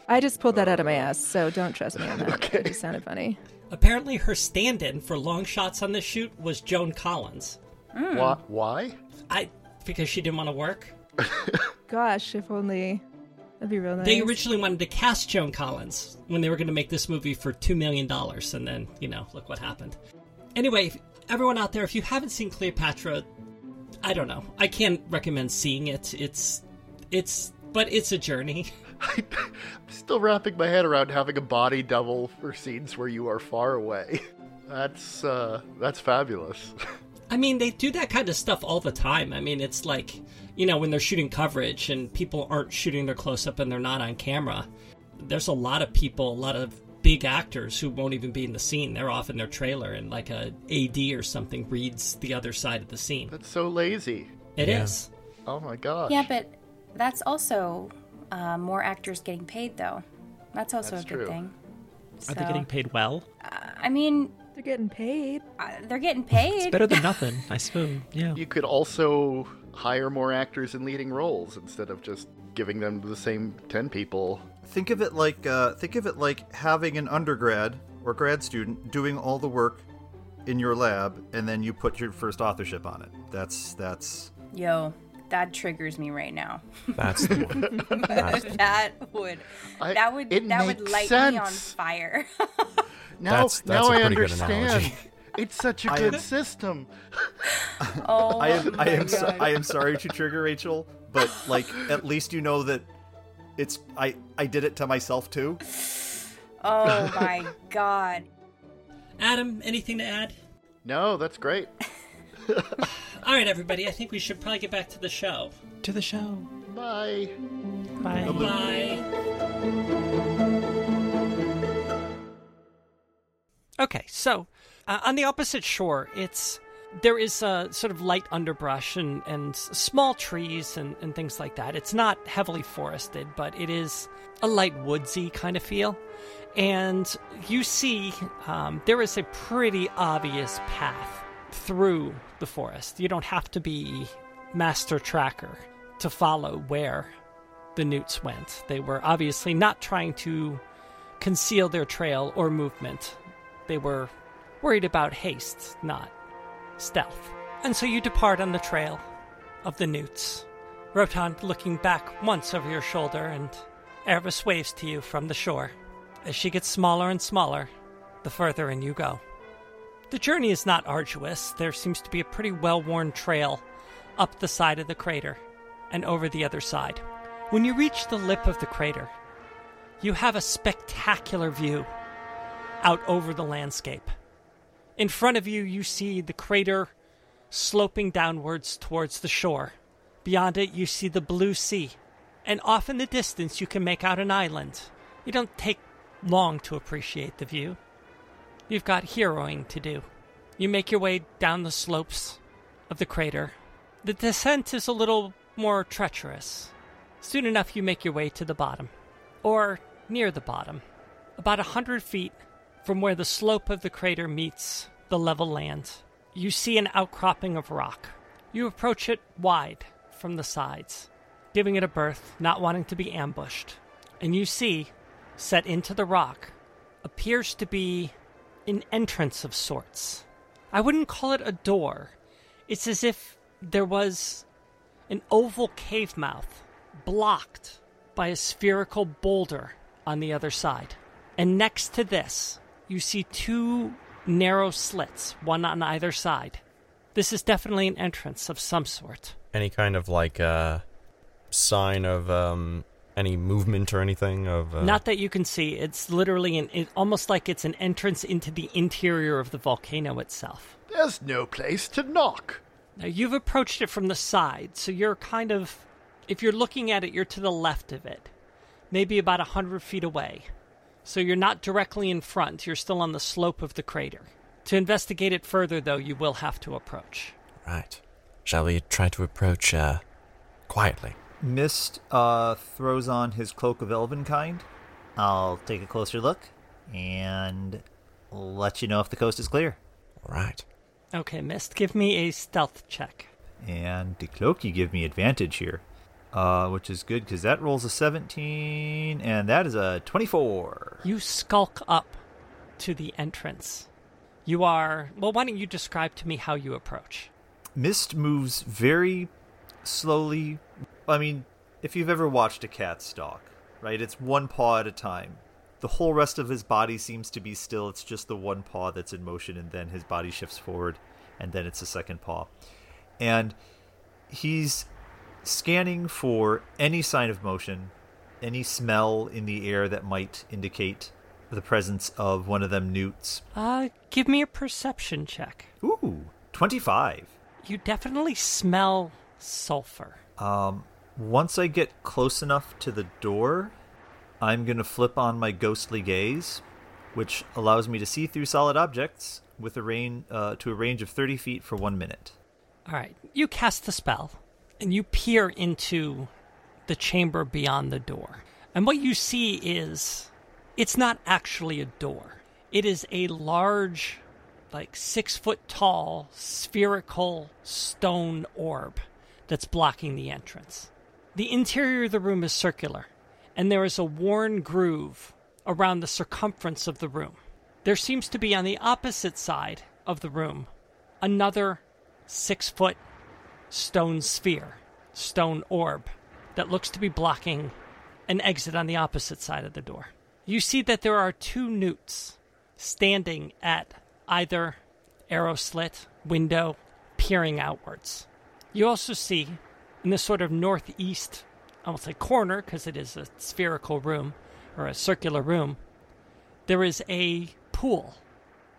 S8: I just pulled that out of my ass, so don't trust me on that. It just sounded funny.
S2: Apparently, her stand in for long shots on this shoot was Joan Collins.
S7: Hmm.
S5: Why? Why? (laughs)
S2: I Because she didn't want to work.
S8: Gosh, if only. That'd be real nice.
S2: They originally wanted to cast Joan Collins when they were going to make this movie for $2 million, and then, you know, look what happened. Anyway, if- everyone out there, if you haven't seen Cleopatra, I don't know. I can't recommend seeing it. It's, it's, but it's a journey. (laughs)
S5: Still wrapping my head around having a body double for scenes where you are far away. (laughs) That's uh, that's fabulous. (laughs)
S2: I mean, they do that kind of stuff all the time. I mean, it's like, you know, when they're shooting coverage and people aren't shooting their close up and they're not on camera, there's a lot of people, a lot of big actors who won't even be in the scene. They're off in their trailer and like a AD or something reads the other side of the scene.
S5: That's so lazy.
S2: It is.
S6: Yeah.
S5: Oh my gosh.
S7: Yeah, but that's also uh, more actors getting paid, though. That's also
S5: That's
S7: a good
S5: true.
S7: thing. So,
S4: Are they getting paid well?
S7: I mean,
S8: They're getting paid.
S7: uh, they're getting
S4: It's
S7: paid.
S4: better than nothing, I suppose. Yeah.
S5: You could also hire more actors in leading roles instead of just giving them the same 10 people.
S1: Think of it like uh, think of it like having an undergrad or grad student doing all the work in your lab, and then you put your first authorship on it. That's that's
S7: Yo, that triggers me
S5: (laughs)
S7: right now.
S6: that's the one. That's,
S7: (laughs) that would
S5: I-
S7: that would
S5: it
S7: that would
S5: makes
S7: light me on
S5: sense. (laughs)
S7: fire.
S5: Now,
S6: That's- that's
S5: now
S6: a
S5: I
S6: pretty good
S5: understand.
S6: analogy.
S5: (laughs) it's such a
S1: I-
S5: good system.
S7: oh,
S1: I am I
S7: my
S1: am so,
S7: God.
S1: I am sorry to trigger Rachel, but like at least you know that it's I I did it to myself too.
S7: Oh my god.
S2: Adam, anything to add?
S5: No, that's great.
S2: All right, everybody. I think we should probably get back to the show.
S4: To the show.
S5: Bye.
S4: Bye.
S2: Bye. Okay, so uh, on the opposite shore, it's there is a sort of light underbrush and, and s- small trees and, and things like that. It's not heavily forested, but it is a light woodsy kind of feel. And you see um, there is a pretty obvious path through the forest. You don't have to be master tracker to follow where the newts went. They were obviously not trying to conceal their trail or movement. They were worried about haste, not stealth. And so you depart on the trail of the newts. Rotan looking back once over your shoulder, and Erebus waves to you from the shore. As she gets smaller and smaller, the further in you go. The journey is not arduous. There seems to be a pretty well worn trail up the side of the crater and over the other side. When you reach the lip of the crater, you have a spectacular view out over the landscape. In front of you, you see the crater sloping downwards towards the shore. Beyond it, you see the blue sea. And off in the distance, you can make out an island. You don't take long to appreciate the view. You've got heroing to do. You make your way down the slopes of the crater The descent is a little more treacherous. Soon enough, you make your way to the bottom, or near the bottom, about a hundred feet from where the slope of the crater meets the level land. You see an outcropping of rock. You approach it wide from the sides, giving it a berth, not wanting to be ambushed. And you see, set into the rock, appears to be an entrance of sorts. I wouldn't call it a door. It's as if there was an oval cave mouth blocked by a spherical boulder on the other side. And next to this, you see two narrow slits, one on either side. This is definitely an entrance of some sort.
S6: Any kind of like uh, sign of um, any movement or anything of uh,
S2: Not that you can see, it's literally an it, almost like it's an entrance into the interior of the volcano itself.
S5: There's no place to knock.
S2: Now you've approached it from the side, so you're kind of if you're looking at it, you're to the left of it. Maybe about a hundred feet away. So you're not directly in front, you're still on the slope of the crater. To investigate it further though, you will have to approach.
S6: Right. Shall we try to approach uh, quietly?
S3: Mist uh, throws on his cloak of elven kind. I'll take a closer look and let you know if the coast is clear.
S6: All right.
S2: Okay, Mist, give me a stealth check.
S3: And the cloak, you give me advantage here, uh, which is good because that rolls a 17 and that is a 24.
S2: You skulk up to the entrance. You are. Well, why don't you describe to me how you approach?
S3: Mist moves very slowly. I mean, if you've ever watched a cat stalk, right, it's one paw at a time. The whole rest of his body seems to be still. It's just the one paw that's in motion, and then his body shifts forward, and then it's the second paw. And he's scanning for any sign of motion, any smell in the air that might indicate the presence of one of them newts.
S2: Uh, give me a perception check.
S3: Ooh, 25.
S2: You definitely smell sulfur.
S3: Um, once I get close enough to the door, I'm going to flip on my ghostly gaze, which allows me to see through solid objects with a rain, uh, to a range of 30 feet for one minute.
S2: All right, you cast the spell and you peer into the chamber beyond the door. And what you see is it's not actually a door, it is a large, like six foot tall, spherical stone orb that's blocking the entrance. The interior of the room is circular, and there is a worn groove around the circumference of the room. There seems to be on the opposite side of the room another six foot stone sphere, stone orb, that looks to be blocking an exit on the opposite side of the door. You see that there are two newts standing at either arrow slit window, peering outwards. You also see, in this sort of northeast, I won't say corner because it is a spherical room or a circular room, there is a pool,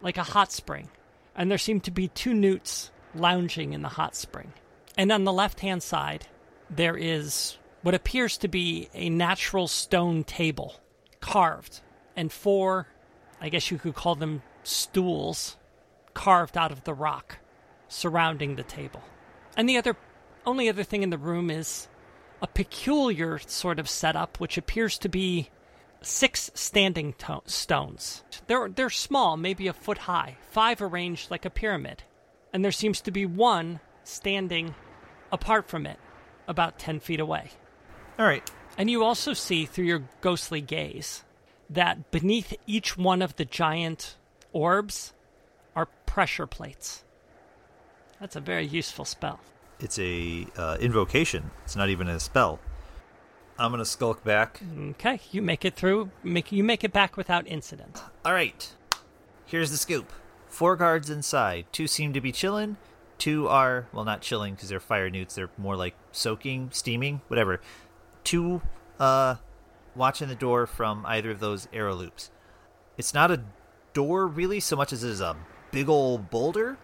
S2: like a hot spring, and there seem to be two newts lounging in the hot spring. And on the left hand side, there is what appears to be a natural stone table carved, and four, I guess you could call them stools, carved out of the rock surrounding the table. And the other, only other thing in the room is a peculiar sort of setup, which appears to be six standing to- stones. They're, they're small, maybe a foot high, five arranged like a pyramid. And there seems to be one standing apart from it, about 10 feet away.
S3: All right.
S2: And you also see through your ghostly gaze that beneath each one of the giant orbs are pressure plates. That's a very useful spell.
S3: It's a uh, invocation. It's not even a spell. I'm going to skulk back.
S2: Okay, you make it through. Make you make it back without incident.
S3: All right. Here's the scoop. Four guards inside. Two seem to be chilling. Two are, well, not chilling because they're fire newts. They're more like soaking, steaming, whatever. Two, uh, watching the door from either of those arrow loops. It's not a door really so much as it is a big old boulder.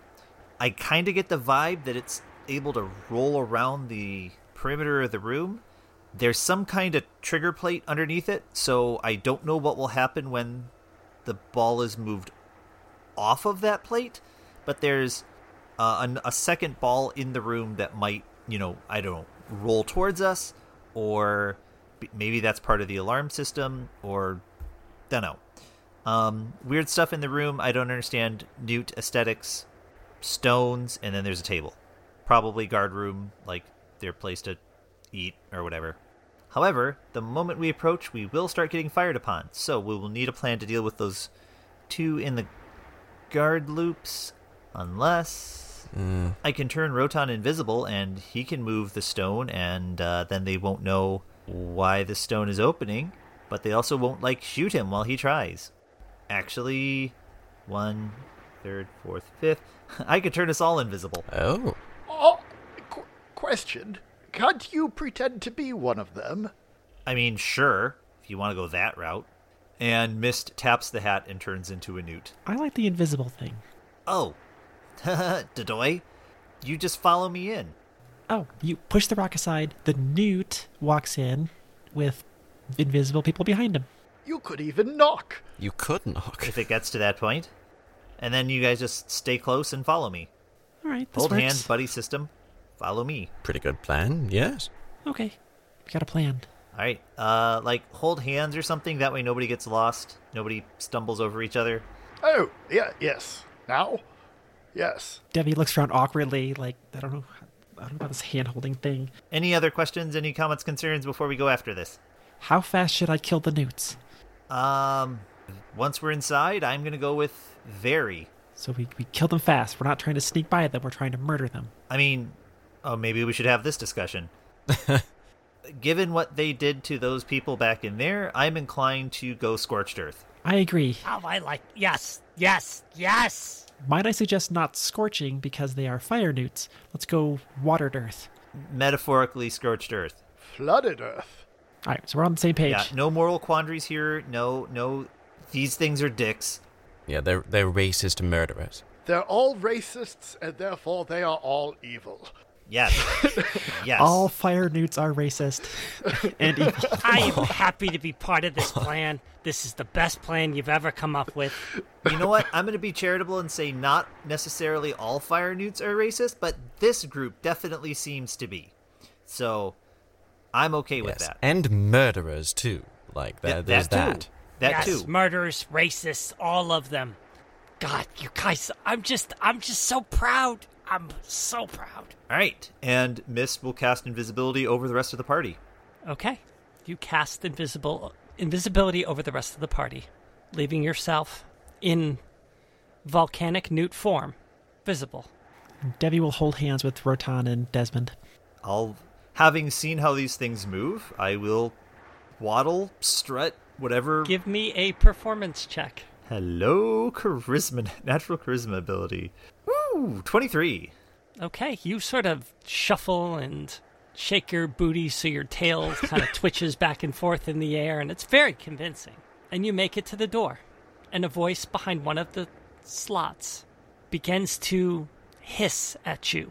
S3: I kind of get the vibe that it's able to roll around the perimeter of the room. There's some kind of trigger plate underneath it, so I don't know what will happen when the ball is moved off of that plate, but there's uh, an, a second ball in the room that might you know, I don't know, roll towards us, or b- maybe that's part of the alarm system, or don't know. Um, weird stuff in the room. I don't understand. Newt aesthetics, stones, and then there's a table. Probably guard room, like their place to eat or whatever. However, the moment we approach, we will start getting fired upon, so we will need a plan to deal with those two in the guard loops, unless I can turn Rotan invisible and he can move the stone, and uh, then they won't know why the stone is opening, but they also won't like shoot him while he tries. Actually, one, third, fourth, fifth. (laughs) I could turn us all invisible.
S6: Oh.
S5: Oh, qu- question. Can't you pretend to be one of them?
S3: I mean, sure, if you want to go that route. And Mist taps the hat and turns into a newt.
S4: I like the invisible thing.
S3: Oh, (laughs) Dodoy, you just follow me in.
S4: Oh, you push the rock aside. The newt walks in with invisible people behind him.
S5: You could even knock.
S6: You could knock.
S3: if it gets to that point. And then you guys just stay close and follow me.
S4: All right, this
S3: Hold
S4: works.
S3: hand, buddy system. Follow me.
S6: Pretty good plan, yes.
S4: Okay, we got a plan.
S3: All right. Uh, like hold hands or something. That way nobody gets lost. Nobody stumbles over each other.
S5: Oh, yeah, yes. Now? Yes.
S4: Debbie looks around awkwardly, like I don't know, I don't know about this hand holding thing.
S3: Any other questions? Any comments, concerns before we go after this?
S4: How fast should I kill the newts?
S3: Um, once we're inside, I'm gonna go with very.
S4: So we, we kill them fast. We're not trying to sneak by them. We're trying to murder them.
S3: I mean, oh, maybe we should have this discussion.
S6: (laughs)
S3: Given what they did to those people back in there, I'm inclined to go scorched earth.
S4: I agree.
S2: Oh, I like. Yes, yes, yes.
S4: Might I suggest not scorching because they are fire newts? Let's go watered earth.
S3: Metaphorically, scorched earth.
S5: Flooded Earth.
S4: All right, so we're on the same page.
S3: Yeah, no moral quandaries here. No, no, these things are dicks.
S6: Yeah, they're, they're racist murderers.
S5: They're all racists, and therefore they are all evil.
S6: (laughs)
S3: Yes, yes.
S4: All fire newts are racist and evil.
S2: I am happy to be part of this plan. This is the best plan you've ever come up with.
S3: You know what? I'm going to be charitable and say not necessarily all fire newts are racist, but this group definitely seems to be. So, I'm okay with
S6: yes.
S3: that.
S6: And murderers, too. Like,
S3: Th-
S6: there, there's that.
S3: too. That
S2: yes,
S3: too.
S2: murderers, racists, all of them. God, you guys, I'm just, I'm just so proud. I'm so proud.
S3: All right. And Mist will cast invisibility over the rest of the party.
S2: Okay, you cast invisible invisibility over the rest of the party, leaving yourself in volcanic newt form, visible.
S4: Debbie will hold hands with Rotan and Desmond.
S3: I'll, having seen how these things move, I will waddle, strut, whatever
S2: Give me a performance check.
S3: Hello, charisma, (laughs) natural charisma ability. Woo, 23.
S2: Okay, you sort of shuffle and shake your booty so your tail kind of twitches back and forth in the air, and it's very convincing. And you make it to the door, and a voice behind one of the slots begins to hiss at you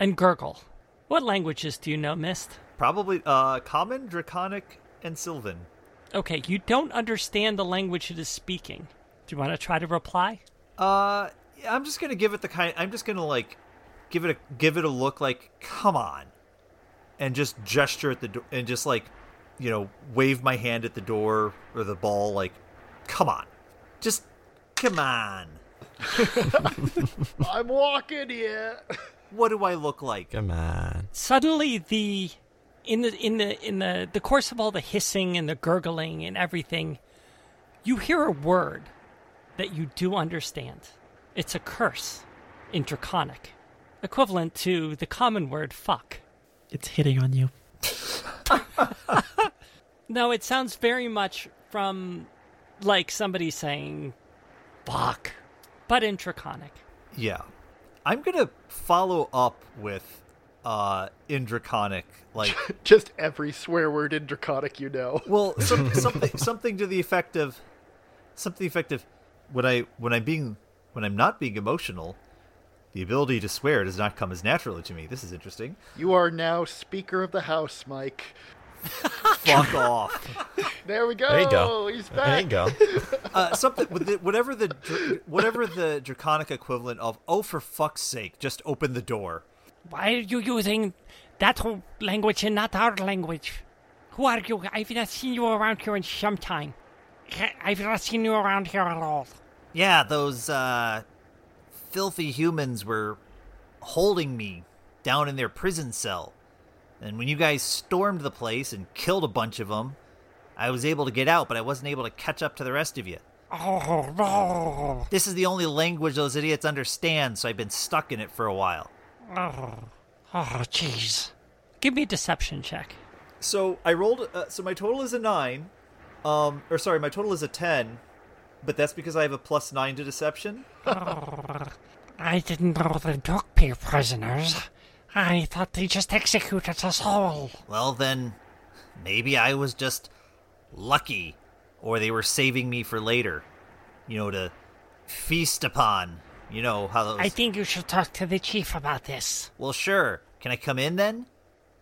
S2: and gurgle. What languages do you know, Mist?
S3: Probably uh common, draconic, and sylvan.
S2: Okay, you don't understand the language it is speaking. Do you want to try to reply?
S3: Uh yeah, I'm just going to give it the kind I'm just going to like give it a give it a look like come on. And just gesture at the door and just like, you know, wave my hand at the door or the ball like come on. Just come on.
S5: I'm walking here. (laughs)
S3: What do I look like?
S6: Come on.
S2: suddenly the in the in the in the the course of all the hissing and the gurgling and everything you hear a word that you do understand it's a curse in draconic equivalent to the common word fuck
S4: It's hitting on you.
S2: no it sounds very much from like somebody saying fuck but in draconic
S3: Yeah. I'm going to follow up with uh in draconic like
S5: Just every swear word in Draconic you know.
S3: (laughs) Well, some, something something to the effect of something effective when I when I'm being when I'm not being emotional, the ability to swear does not come as naturally to me. This is interesting.
S5: You are now Speaker of the House, Mike.
S3: Fuck off.
S5: There we go.
S6: There you go.
S5: He's back.
S6: There you go.
S3: (laughs) Uh, something with the- whatever the dr- whatever the draconic equivalent of oh for fuck's sake, just open the door.
S2: why are you using That whole language and not our language. Who are you? I've not seen you around here in some time. I've not seen you around here at all.
S3: Yeah, those uh, filthy humans were holding me down in their prison cell. And when you guys stormed the place and killed a bunch of them, I was able to get out, but I wasn't able to catch up to the rest of you.
S2: Oh, no.
S3: This is the only language those idiots understand, so I've been stuck in it for a while.
S2: Oh, oh, jeez. Give me a deception check.
S1: So I rolled. Uh, so my total is a nine, um, or sorry, my total is a ten, but that's because I have a plus nine to deception.
S2: I didn't know they took me prisoners. I thought they just executed us all.
S3: Well, then, maybe I was just lucky, or they were saving me for later. You know, to feast upon. You know how those.
S2: I think you should talk to the chief about this.
S3: well, sure. Can I come in then?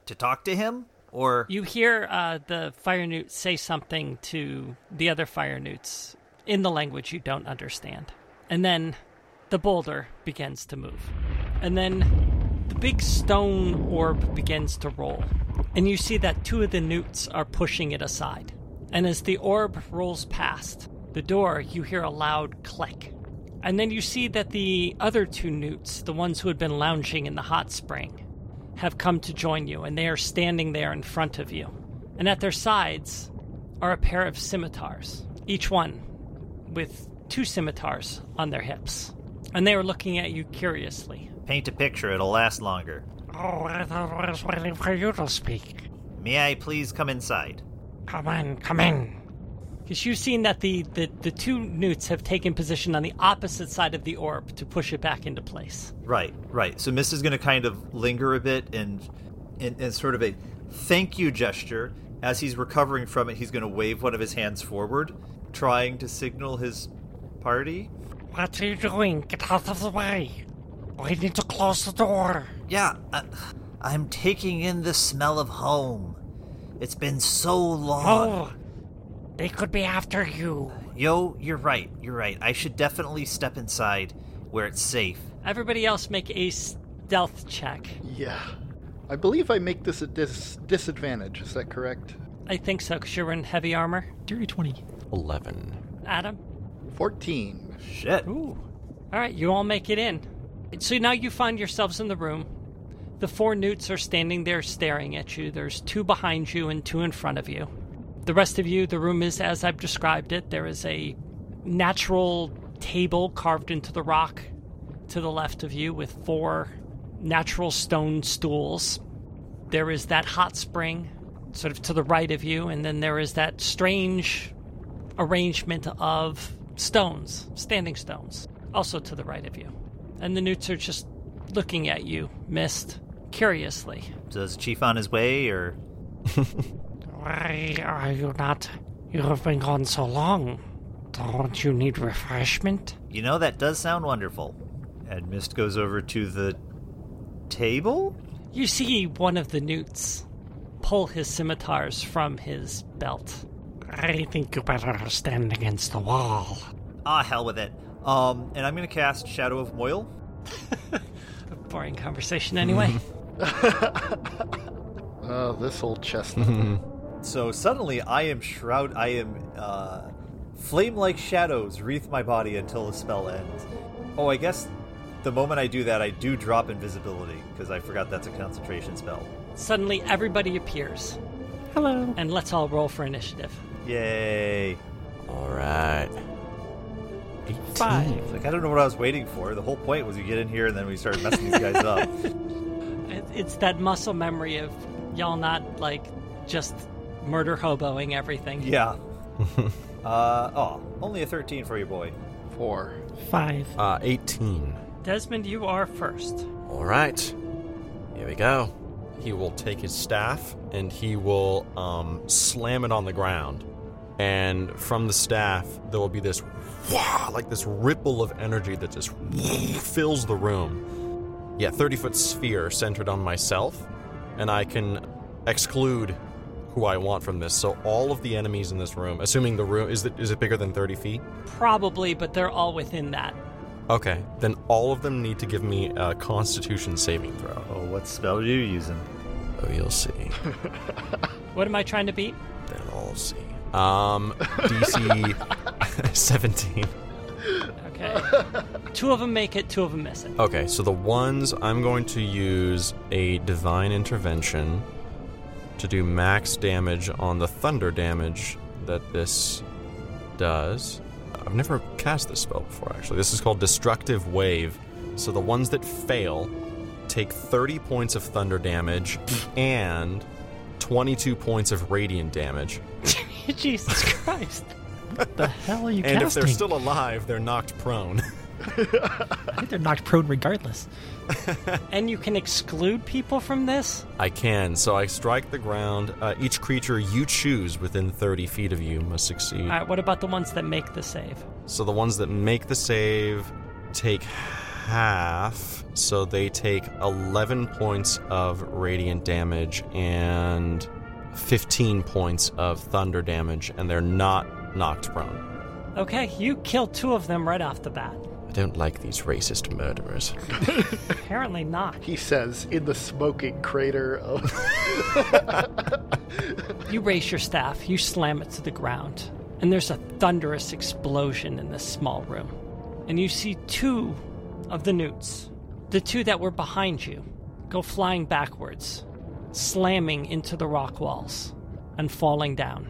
S3: To talk to him? Or.
S2: You hear uh, the fire newt say something to the other fire newts in the language you don't understand. And then the boulder begins to move. And then the big stone orb begins to roll. And you see that two of the newts are pushing it aside. And as the orb rolls past the door, you hear a loud click. And then you see that the other two newts, the ones who had been lounging in the hot spring, have come to join you, and they are standing there in front of you. And at their sides are a pair of scimitars, each one with two scimitars on their hips. And they are looking at you curiously.
S3: paint a picture, it'll last longer.
S2: Oh, I thought I was waiting for you to speak.
S3: May I please come inside?
S2: Come in, come in. Because you've seen that the, the, the two newts have taken position on the opposite side of the orb to push it back into place.
S1: Right, right. So Miss is going to kind of linger a bit and, and and sort of a thank you gesture as he's recovering from it. He's going to wave one of his hands forward, trying to signal his party.
S2: What are you doing? Get out of the way. We need to close the door.
S3: Yeah, I, I'm taking in the smell of home. It's been so long.
S2: Oh, they could be after you.
S3: Yo, you're right. You're right. I should definitely step inside where it's safe.
S2: Everybody else make a stealth check.
S5: Yeah. I believe I make this a dis- disadvantage. Is that correct?
S2: I think so, because you're in heavy armor.
S4: Dirty 20.
S6: 11.
S2: Adam?
S5: 14.
S1: Shit.
S2: Ooh. All right, you all make it in. So now you find yourselves in the room. The four newts are standing there staring at you. There's two behind you and two in front of you. The rest of you, the room is as I've described it. There is a natural table carved into the rock to the left of you with four natural stone stools. There is that hot spring sort of to the right of you, and then there is that strange arrangement of stones, standing stones, also to the right of you. And the newts are just looking at you, mist, curiously.
S3: So is the chief on his way, or
S2: Why are you not? You have been gone so long. Don't you need refreshment?
S3: you know that does sound wonderful.
S1: And Mist goes over to the table.
S2: You see one of the newts pull his scimitars from his belt. I think you better stand against the wall.
S3: Ah, hell with it.
S1: Um, and I'm going to cast Shadow of Moil.
S2: Boring conversation, (laughs) anyway.
S5: Oh, this old chestnut.
S6: (laughs)
S1: So suddenly I am shroud. I am uh, flame-like shadows wreath my body until the spell ends. Oh, I guess the moment I do that, I do drop invisibility because I forgot that's a concentration spell.
S2: Suddenly, everybody appears.
S4: Hello.
S2: And let's all roll for initiative.
S1: Yay!
S6: All right.
S4: Five.
S1: Like I don't know what I was waiting for. The whole point was we get in here and then we start messing these guys up.
S2: It- It's that muscle memory of y'all not like just murder hoboing everything.
S1: Yeah. Uh, oh, only a 13 for your boy.
S5: Four.
S4: Five.
S6: Uh, 18.
S2: Desmond, you are first.
S6: All right. Here we go. He will take his staff and he will um, slam it on the ground. And from the staff, there will be this wah, like this ripple of energy that just fills the room. Yeah, 30 foot sphere centered on myself. And I can exclude who I want from this. So all of the enemies in this room, assuming the room is it, is it bigger than 30 feet?
S2: Probably, but they're all within that.
S6: Okay, then all of them need to give me a Constitution saving throw.
S1: Oh, what spell are you using?
S6: Oh, you'll see.
S2: What am I trying to beat?
S6: They'll all see. Um, (laughs) DC 17.
S2: Okay. two of them make it, two of them miss it.
S6: Okay, so the ones I'm going to use a divine intervention to do max damage on the thunder damage that this does. I've never cast this spell before, actually. This is called Destructive Wave. So the ones that fail take 30 points of thunder damage and 22 points of radiant damage.
S2: (laughs) Jesus Christ.
S4: The hell are you
S6: And if
S4: casting?
S6: they're still alive, they're knocked prone.
S4: I think they're knocked prone
S6: (laughs)
S4: regardless.
S2: And you can exclude people from this?
S6: I can, so I strike the ground. Uh, each creature you choose within 30 feet of you must succeed.
S2: All right, what about the ones that make the save?
S6: So the ones that make the save take half, so they take 11 points of radiant damage and 15 points of thunder damage, and they're not knocked prone.
S2: Okay, you kill two of them right off the bat.
S6: I don't like these racist murderers.
S2: Apparently not.
S5: He says in the smoking crater of. (laughs)
S2: You raise your staff, you slam it to the ground, and there's a thunderous explosion in this small room. And you see two of the newts, the two that were behind you, go flying backwards, slamming into the rock walls and falling down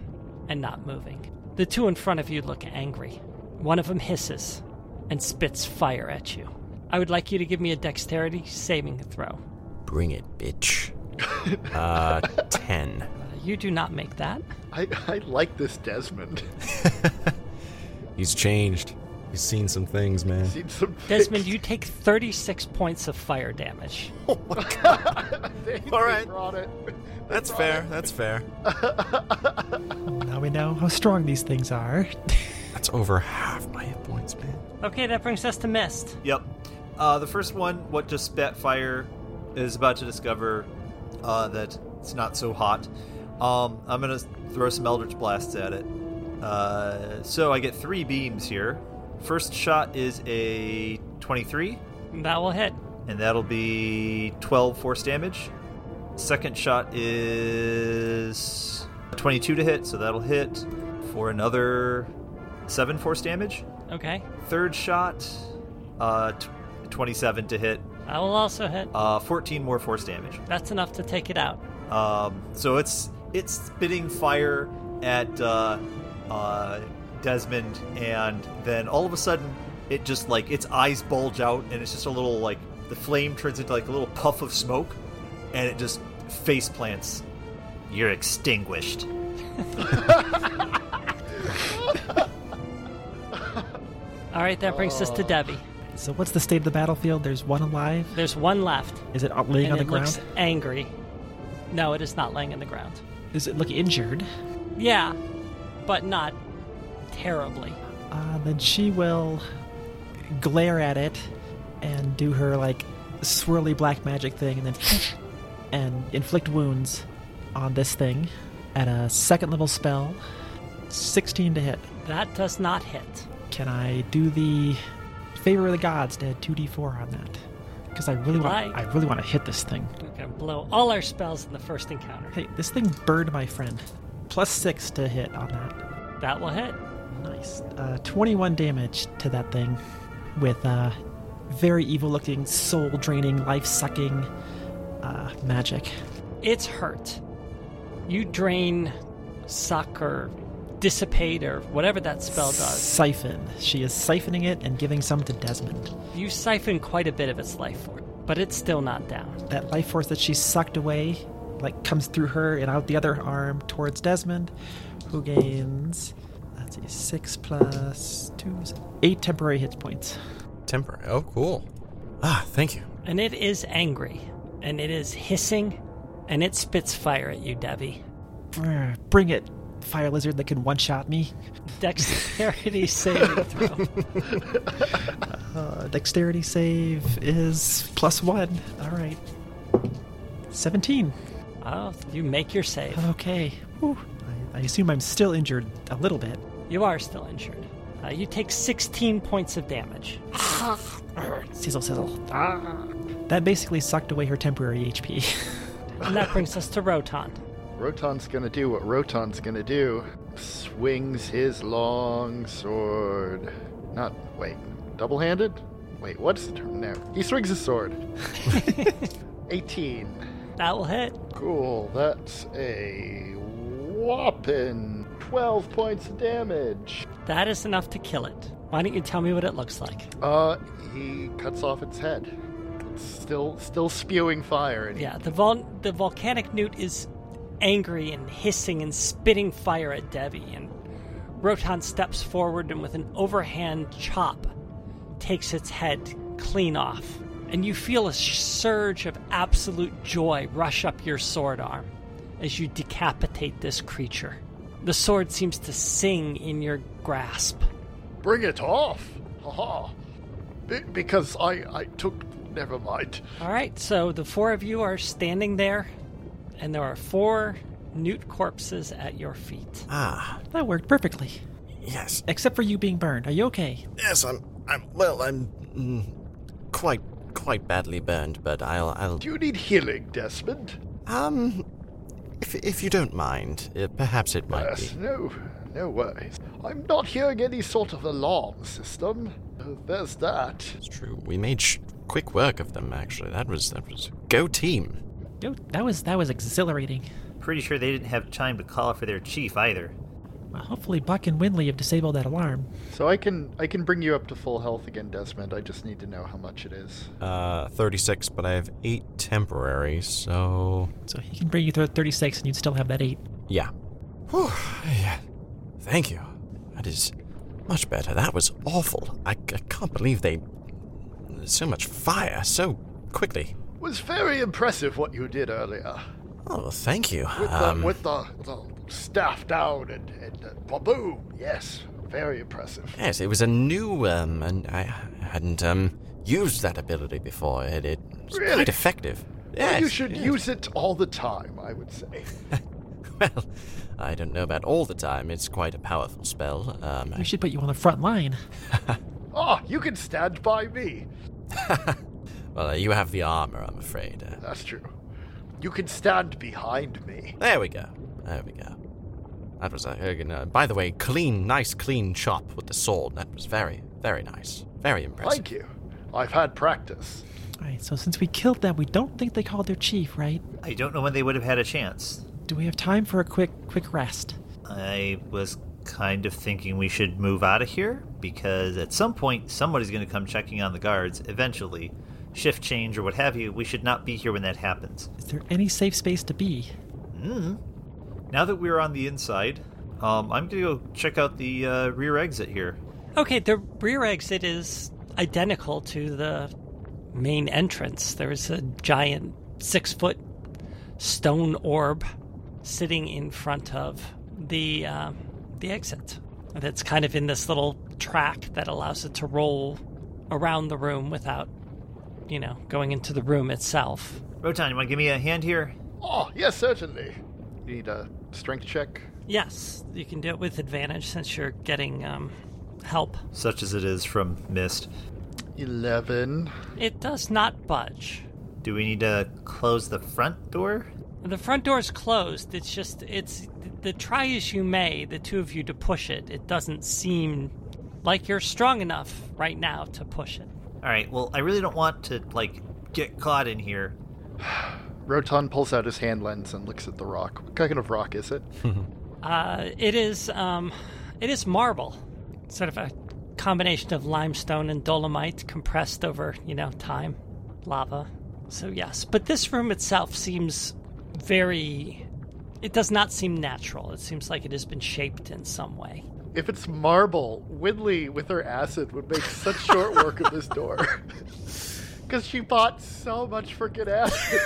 S2: and not moving. The two in front of you look angry. One of them hisses and spits fire at you. I would like you to give me a dexterity saving throw.
S6: Bring it, (laughs) bitch. Uh, 10.
S2: You do not make that.
S5: I, I like this Desmond. (laughs)
S6: He's changed. He's seen some things, man.
S5: Seen some
S2: Desmond,
S5: thick-
S2: you take 36 points of fire damage.
S5: they,
S6: All right.
S5: They brought it.
S6: That's fair. That's fair.
S4: Now we know how strong these things are.
S6: That's over half my hit points, man.
S2: Okay, that brings us to Mist.
S1: Yep. Uh, the first one, what just spat fire, is about to discover uh, that it's not so hot. Um, I'm going to throw some Eldritch Blasts at it. Uh, so I get three beams here. First shot is a 23,
S2: That will hit.
S1: and that'll be 12 force damage. Second shot is 22 to hit, so that'll hit for another 7 force damage.
S2: Okay,
S1: Third shot, uh, t- 27 to hit.
S2: I will also hit.
S1: Uh, 14 more force damage.
S2: That's enough to take it out.
S1: Um, so it's it's spitting fire at uh, uh, Desmond, and then all of a sudden, it just like its eyes bulge out, and it's just a little like the flame turns into like a little puff of smoke, and it just face plants. You're extinguished.
S2: All right, that brings
S4: Oh.
S2: us to Debbie.
S4: So what's the state of the battlefield? There's one alive.
S2: There's one left,
S4: Is it out- laying
S2: and
S4: on the
S2: it
S4: ground?
S2: looks angry. No, it is not laying on the ground.
S4: Does it look injured?
S2: Yeah, but not terribly.
S4: Uh, then she will glare at it and do her like swirly black magic thing, and then (laughs) and inflict wounds on this thing at a second level spell. Sixteen to hit.
S2: That does not hit.
S4: Can I do the favor of the gods to add two d four on that? Because I really
S2: You'd
S4: want
S2: like.
S4: I really want to hit this thing.
S2: We're gonna blow all our spells in the first encounter.
S4: Hey, this thing burned my friend. Plus six to hit on that.
S2: That will hit.
S4: Nice. Uh, 21 damage to that thing with uh, very evil looking, soul draining, life sucking uh, magic.
S2: It's hurt. You drain, suck, or dissipate, or whatever that spell does.
S4: Siphon. She is siphoning it and giving some to Desmond.
S2: You siphon quite a bit of its life force, but it's still not down.
S4: That life force that she sucked away like comes through her and out the other arm towards Desmond, who gains. Let's see, six plus two, is eight temporary hit points.
S6: Temporary. Oh, cool. Ah, thank you.
S2: And it is angry, and it is hissing, and it spits fire at you, Debbie.
S4: Brr, Bring it, fire lizard that can one shot me.
S2: Dexterity saving throw.
S4: Uh, dexterity save is plus one. All right. 17.
S2: Oh, you make your save.
S4: Okay. Whew. I, I assume I'm still injured a little bit.
S2: You are still injured. Uh, you take 16 points of damage.
S4: Sizzle, sizzle. Ah. That basically sucked away her temporary HP.
S2: And that brings us to Rotan.
S5: Rotan's gonna do what Rotan's gonna do. Swings his long sword. Not, wait, double handed? Wait, what's the term now? He swings his sword. 18.
S2: That will hit.
S5: Cool, that's a whopping 12 points of damage.
S2: That is enough to kill it. Why don't you tell me what it looks like?
S5: Uh, he cuts off its head. It's still, still spewing fire. And he-
S2: Yeah, the vol- the volcanic newt is angry and hissing and spitting fire at Devi, and Rotan steps forward and with an overhand chop takes its head clean off. And you feel a surge of absolute joy rush up your sword arm as you decapitate this creature. The sword seems to sing in your grasp.
S5: Bring it off! Haha. Be- because I, I took. Never mind.
S2: All right, so the four of you are standing there, and there are four newt corpses at your feet.
S6: Ah,
S4: (laughs) That worked perfectly.
S6: yes.
S4: Except for you being burned. Are you okay?
S6: Yes, I'm. I'm. Well, I'm. Mm, quite. Quite badly burned, but I'll. I'll.
S5: Do you need healing, Desmond?
S6: Um. If, if you don't mind, uh, perhaps it might
S5: Yes,
S6: be.
S5: no, no worries. I'm not hearing any sort of alarm system. Uh, There's that.
S6: It's true. We made sh- quick work of them. Actually, that was that was go team.
S4: Yo, that was that was exhilarating.
S3: Pretty sure they didn't have time to call for their chief either.
S4: Well, hopefully Buck and Winley have disabled that alarm.
S5: So I can I can bring you up to full health again, Desmond. I just need to know how much it is.
S6: Uh, thirty-six, but I have eight temporary, so
S4: So he can bring you through at 36 and you'd still have that 8.
S6: yeah. Whew, yeah. Thank you. That is much better. That was awful. I, I can't believe they so much fire so quickly.
S5: was very impressive what you did earlier
S6: Oh, well, thank you.
S5: with the
S6: Um,
S5: with the, the staff down and and uh, boom. Yes, very impressive.
S6: Yes, it was a new, um, and I hadn't um used that ability before. It, it was
S5: Really?
S6: quite effective. Yes,
S5: Well, you should
S6: yes.
S5: use it all the time. I would say.
S6: (laughs) Well, I don't know about all the time. It's quite a powerful spell. Um,
S4: We should put you on the front line.
S5: Ah, you can stand by me.
S6: well, you have the armor, I'm afraid. Uh,
S5: That's true. You can stand behind me.
S6: there we go. There we go. That was a. Uh, by the way, clean, nice, clean chop with the sword. That was very, very nice. Very impressive.
S5: Thank you. I've had practice.
S4: Alright, so since we killed them, we don't think they called their chief, right?
S3: I don't know when they would have had a chance.
S4: Do we have time for a quick quick rest?
S3: I was kind of thinking we should move out of here because at some point somebody's going to come checking on the guards eventually. Shift change or what have you, we should not be here when that happens.
S4: Is there any safe space to be?
S3: Mm. Now that we're on the inside, um, I'm going to go check out the uh, rear exit here.
S2: Okay, the rear exit is identical to the main entrance. There is a giant six foot stone orb sitting in front of the um, the exit. And it's kind of in this little track that allows it to roll around the room without, you know, going into the room itself.
S3: Rotan, you want to give me a hand here?
S5: Oh, yes, certainly. You need a strength check.
S2: Yes, you can do it with advantage since you're getting um, help.
S3: Such as it is from Mist.
S5: 11.
S2: It does not budge.
S3: Do we need to close the front door?
S2: The front door's closed. It's just it's the try as you may, the two of you to push it. It doesn't seem like you're strong enough right now to push it.
S3: All right. Well, I really don't want to like get caught in here.
S5: Rotan pulls out his hand lens and looks at the rock. What kind of rock is it?
S2: Uh, it is um, it is marble, sort of a combination of limestone and dolomite compressed over you know time, lava. So yes, but this room itself seems very. It does not seem natural. It seems like it has been shaped in some way.
S5: If it's marble, Widley with her acid would make such short work of this door. (laughs) Because she bought so much freaking acid.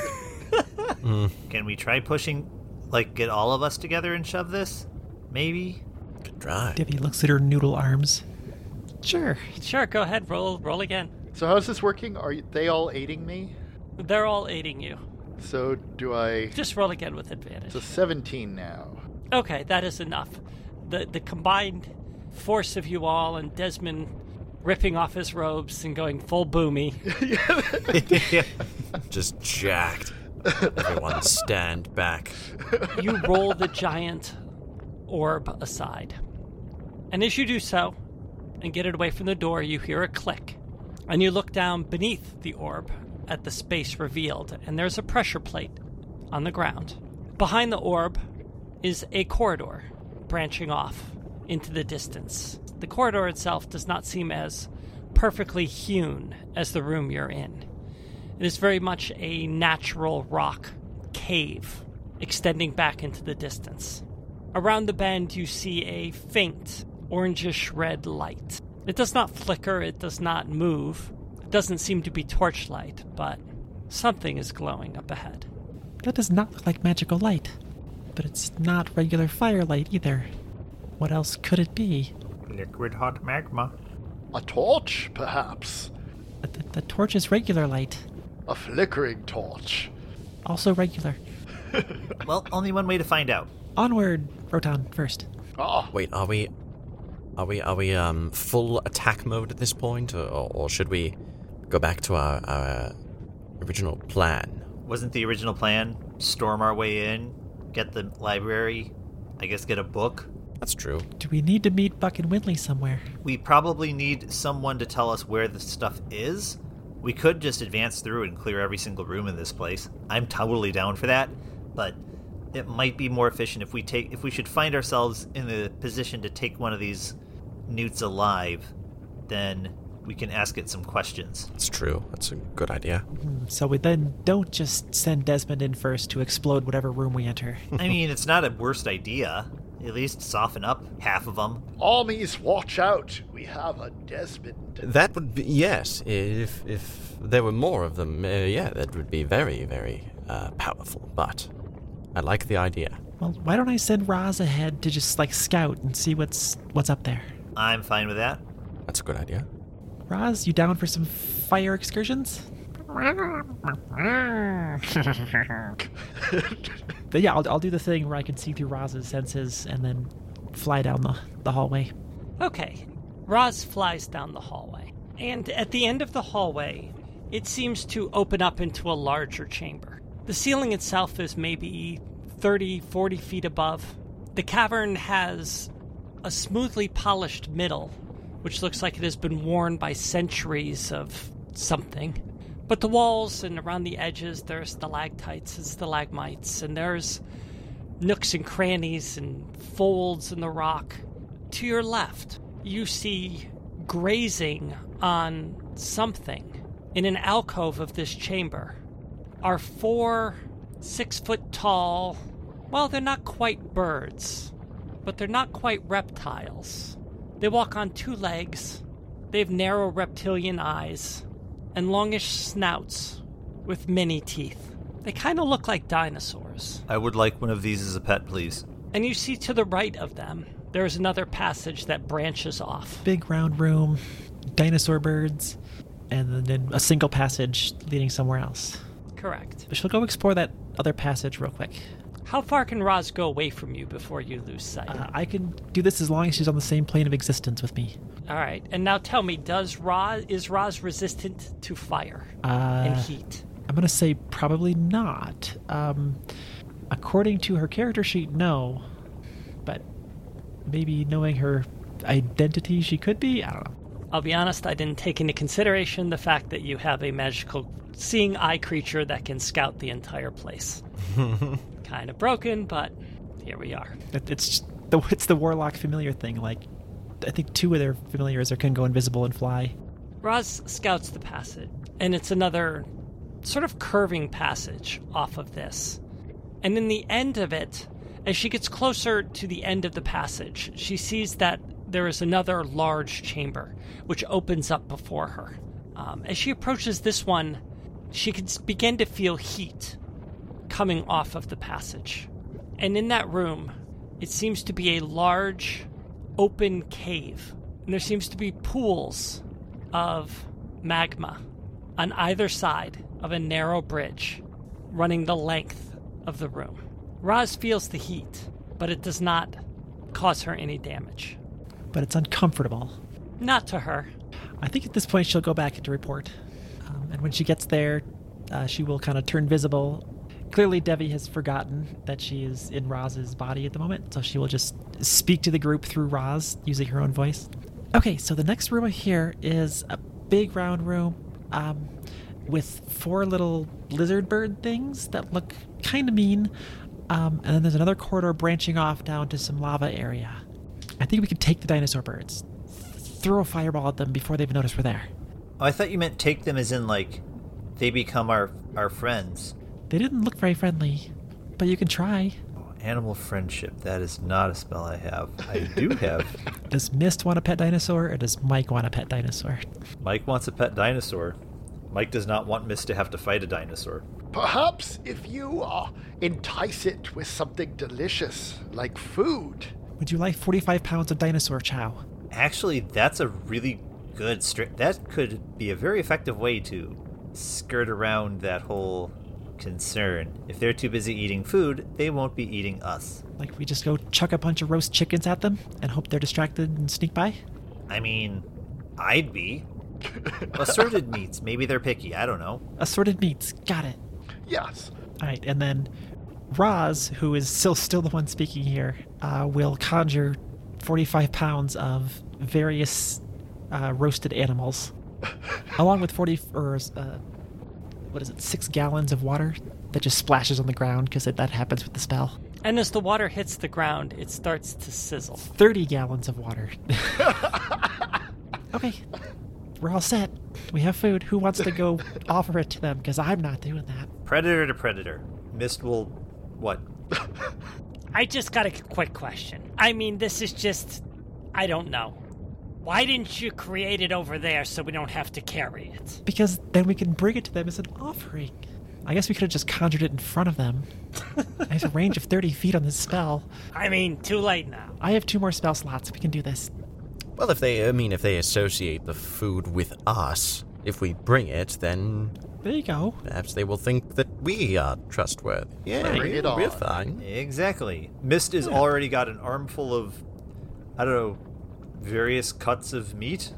S3: Can we try pushing, like, get all of us together and shove this? Maybe?
S6: Good try.
S4: Divvy looks at her noodle arms. Sure.
S2: Sure, go ahead, roll roll again.
S5: so, how's this working? Are you- they all aiding me?
S2: They're all aiding you.
S5: So, do I.
S2: Just roll again with advantage.
S5: It's a 17 now.
S2: Okay, that is enough. The the combined force of you all and Desmond ripping off his robes and going full boomy.
S6: Just jacked. Everyone stand back.
S2: you roll the giant orb aside. And as you do so and get it away from the door, you hear a click. And you look down beneath the orb at the space revealed, and there's a pressure plate on the ground. Behind the orb is a corridor branching off into the distance. The corridor itself does not seem as perfectly hewn as the room you're in. It is very much a natural rock cave extending back into the distance. Around the bend, you see a faint orangish red light. It does not flicker, it does not move. It doesn't seem to be torchlight, but something is glowing up ahead.
S4: That does not look like magical light, but it's not regular firelight either. What else could it be?
S9: Liquid hot magma.
S5: A torch, perhaps?
S4: The, the, the torch is regular light,
S5: A flickering torch.
S4: also regular.
S3: Well, only one way to find out.
S4: Onward, Rotan first.
S5: Ah,
S6: Wait, are we, are we, are we um full attack mode at this point, or, or, or should we go back to our, our original plan?
S3: Wasn't the original plan storm our way in, get the library, I guess get a book?
S6: That's true.
S4: Do we need to meet Buck and Winley somewhere?
S3: We probably need someone to tell us where the stuff is. We could just advance through and clear every single room in this place. I'm totally down for that, but it might be more efficient if we take if we should find ourselves in the position to take one of these newts alive, then we can ask it some questions.
S6: That's true. That's a good idea.
S4: So we then don't just send Desmond in first to explode whatever room we enter.
S3: (laughs) I mean, it's not a worst idea. At least soften up half of them.
S5: armies, watch out! We have a Desmond.
S6: That would be yes. If if there were more of them, uh, yeah, that would be very very uh, powerful. But I like the idea.
S4: well, why don't I send Roz ahead to just like scout and see what's what's up there?
S3: I'm fine with that.
S6: That's a good idea.
S4: Roz, you down for some fire excursions? But yeah, I'll, I'll do the thing where I can see through Roz's senses and then fly down the, the hallway.
S2: Okay. Roz flies down the hallway. And at the end of the hallway, it seems to open up into a larger chamber. The ceiling itself is maybe 30, 40 feet above. The cavern has a smoothly polished middle, which looks like it has been worn by centuries of something. But the walls and around the edges, there's stalactites and stalagmites, and there's nooks and crannies and folds in the rock. To your left, you see grazing on something in an alcove of this chamber are four six foot tall, well, they're not quite birds, but they're not quite reptiles. They walk on two legs, they have narrow reptilian eyes, and longish snouts with many teeth. They kind of look like dinosaurs
S3: I would like one of these as a pet, please.
S2: and you see to the right of them there is another passage that branches off.
S4: Big round room, dinosaur birds, and then a single passage leading somewhere else.
S2: Correct.
S4: But she'll go explore that other passage real quick.
S2: How far can Roz go away from you before you lose sight?
S4: Uh, I can do this as long as she's on the same plane of existence with me.
S2: All right. And now tell me, does Roz is Roz resistant to fire and
S4: Uh,
S2: heat?
S4: I'm gonna say probably not. Um, according to her character sheet, no. But maybe knowing her identity, she could be. I don't know.
S2: I'll be honest, I didn't take into consideration the fact that you have a magical seeing eye creature that can scout the entire
S4: (laughs)
S2: place. kind of broken, but here we are.
S4: It- It's just the (laughs) it's the warlock familiar thing. Like, I think two of their familiars are can go invisible and fly.
S2: Roz scouts the passage, and it's another sort of curving passage off of this. And in the end of it, as she gets closer to the end of the passage, she sees that there is another large chamber which opens up before her. Um, as she approaches this one, she can s- begin to feel heat coming off of the passage. And in that room, it seems to be a large open cave. And there seems to be pools of magma on either side of a narrow bridge running the length of the room. Roz feels the heat, but it does not cause her any damage.
S4: But it's uncomfortable.
S2: Not to her.
S4: I think at this point she'll go back into report. Um, and when she gets there, uh, she will kind of turn visible Clearly, Devi has forgotten that she is in Roz's body at the moment, so she will just speak to the group through Roz using her own voice. Okay, so the next room here is a big round room um, with four little lizard bird things that look kind of mean. Um, and then there's another corridor branching off down to some lava area. I think we could take the dinosaur birds, th- throw a fireball at them before they even notice we're there.
S3: Oh, I thought you meant take them as in like they become our our friends.
S4: They didn't look very friendly, but you can try.
S3: Animal friendship. That is not a spell I have. I do have.
S4: Does Mist want a pet dinosaur, or does Mike want a pet dinosaur?
S1: Mike wants a pet dinosaur. Mike does not want Miss to have to fight a dinosaur.
S5: Perhaps if you uh, entice it with something delicious, like food.
S4: Would you like 45 pounds of dinosaur chow?
S3: Actually, that's a really good stri- that could be a very effective way to skirt around that whole concern. If they're too busy eating food, they won't be eating us.
S4: Like we just go chuck a bunch of roast chickens at them and hope they're distracted and sneak by?
S3: I mean, I'd be assorted meats. Maybe they're picky. I don't know.
S4: Assorted meats. Got it.
S5: Yes.
S4: All right, and then Roz, who is still still the one speaking here, uh, will conjure 45 pounds of various uh, roasted animals, along with 40 or uh, what is it, six gallons of water that just splashes on the ground because that happens with the spell.
S2: And as the water hits the ground, it starts to sizzle.
S4: 30 gallons of water. okay, we're all set. We have food. Who wants to go offer it to them? Because I'm not doing that.
S3: Predator to predator. Mist will what?
S2: I just got a quick question. I mean, this is just. I don't know. Why didn't you create it over there so we don't have to carry it?
S4: Because then we can bring it to them as an offering. I guess we could have just conjured it in front of them. I have a range of 30 feet on this spell.
S2: I mean, too late now.
S4: I have two more spell slots. We can do this.
S6: Well, if they, I mean, if they associate the food with us, if we bring it, then
S4: There you go.
S6: perhaps they will think that we are trustworthy. Yeah,
S5: Bring it
S6: we're
S5: on.
S6: fine.
S3: Exactly. Mist has already got an armful of, I don't know, various cuts of meat,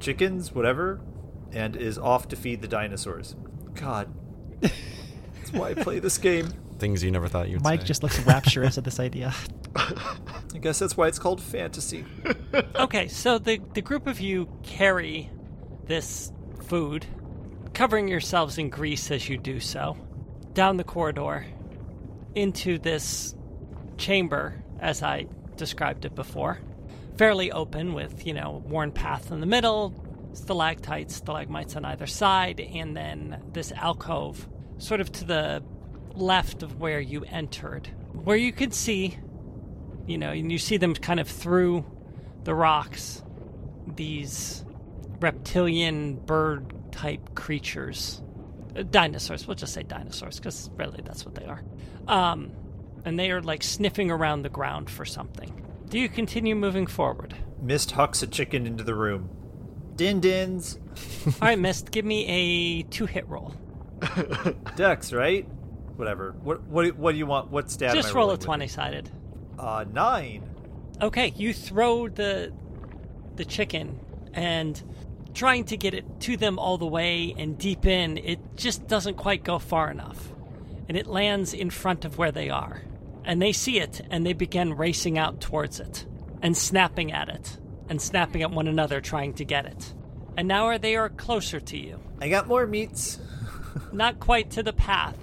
S3: chickens, whatever, and is off to feed the dinosaurs. God, that's why I play this game.
S6: Things you never thought you'd
S4: Mike
S6: say.
S4: just looks rapturous at this idea.
S1: I guess that's why it's called fantasy.
S2: Okay, so the, the group of you carry this food, covering yourselves in grease as you do so, down the corridor into this chamber, as I described it before. Fairly open with, you know, worn path in the middle, stalactites, stalagmites on either side, and then this alcove sort of to the left of where you entered, where you could see you know, and you see them kind of through the rocks, these reptilian bird type creatures. Uh, Dinosaurs, we'll just say dinosaurs, because really that's what they are. Um, and they are like sniffing around the ground for something. Do you continue
S1: (laughs)
S2: moving forward?
S1: Mist hucks a chicken into the room.
S3: Din dins.
S2: All right, Mist, give me a two hit roll.
S1: Dex, right? Whatever. What what what do you want? What stat? am
S2: Just
S1: I
S2: roll a
S1: rolling with?
S2: 20 sided.
S1: Uh, nine.
S2: Okay, you throw the the chicken and trying to get it to them all the way and deep in, it just doesn't quite go far enough. And it lands in front of where they are. And they see it and they begin racing out towards it and snapping at it and snapping at one another trying to get it. And now are they are closer to you
S3: I got more meats.
S2: not quite to the path,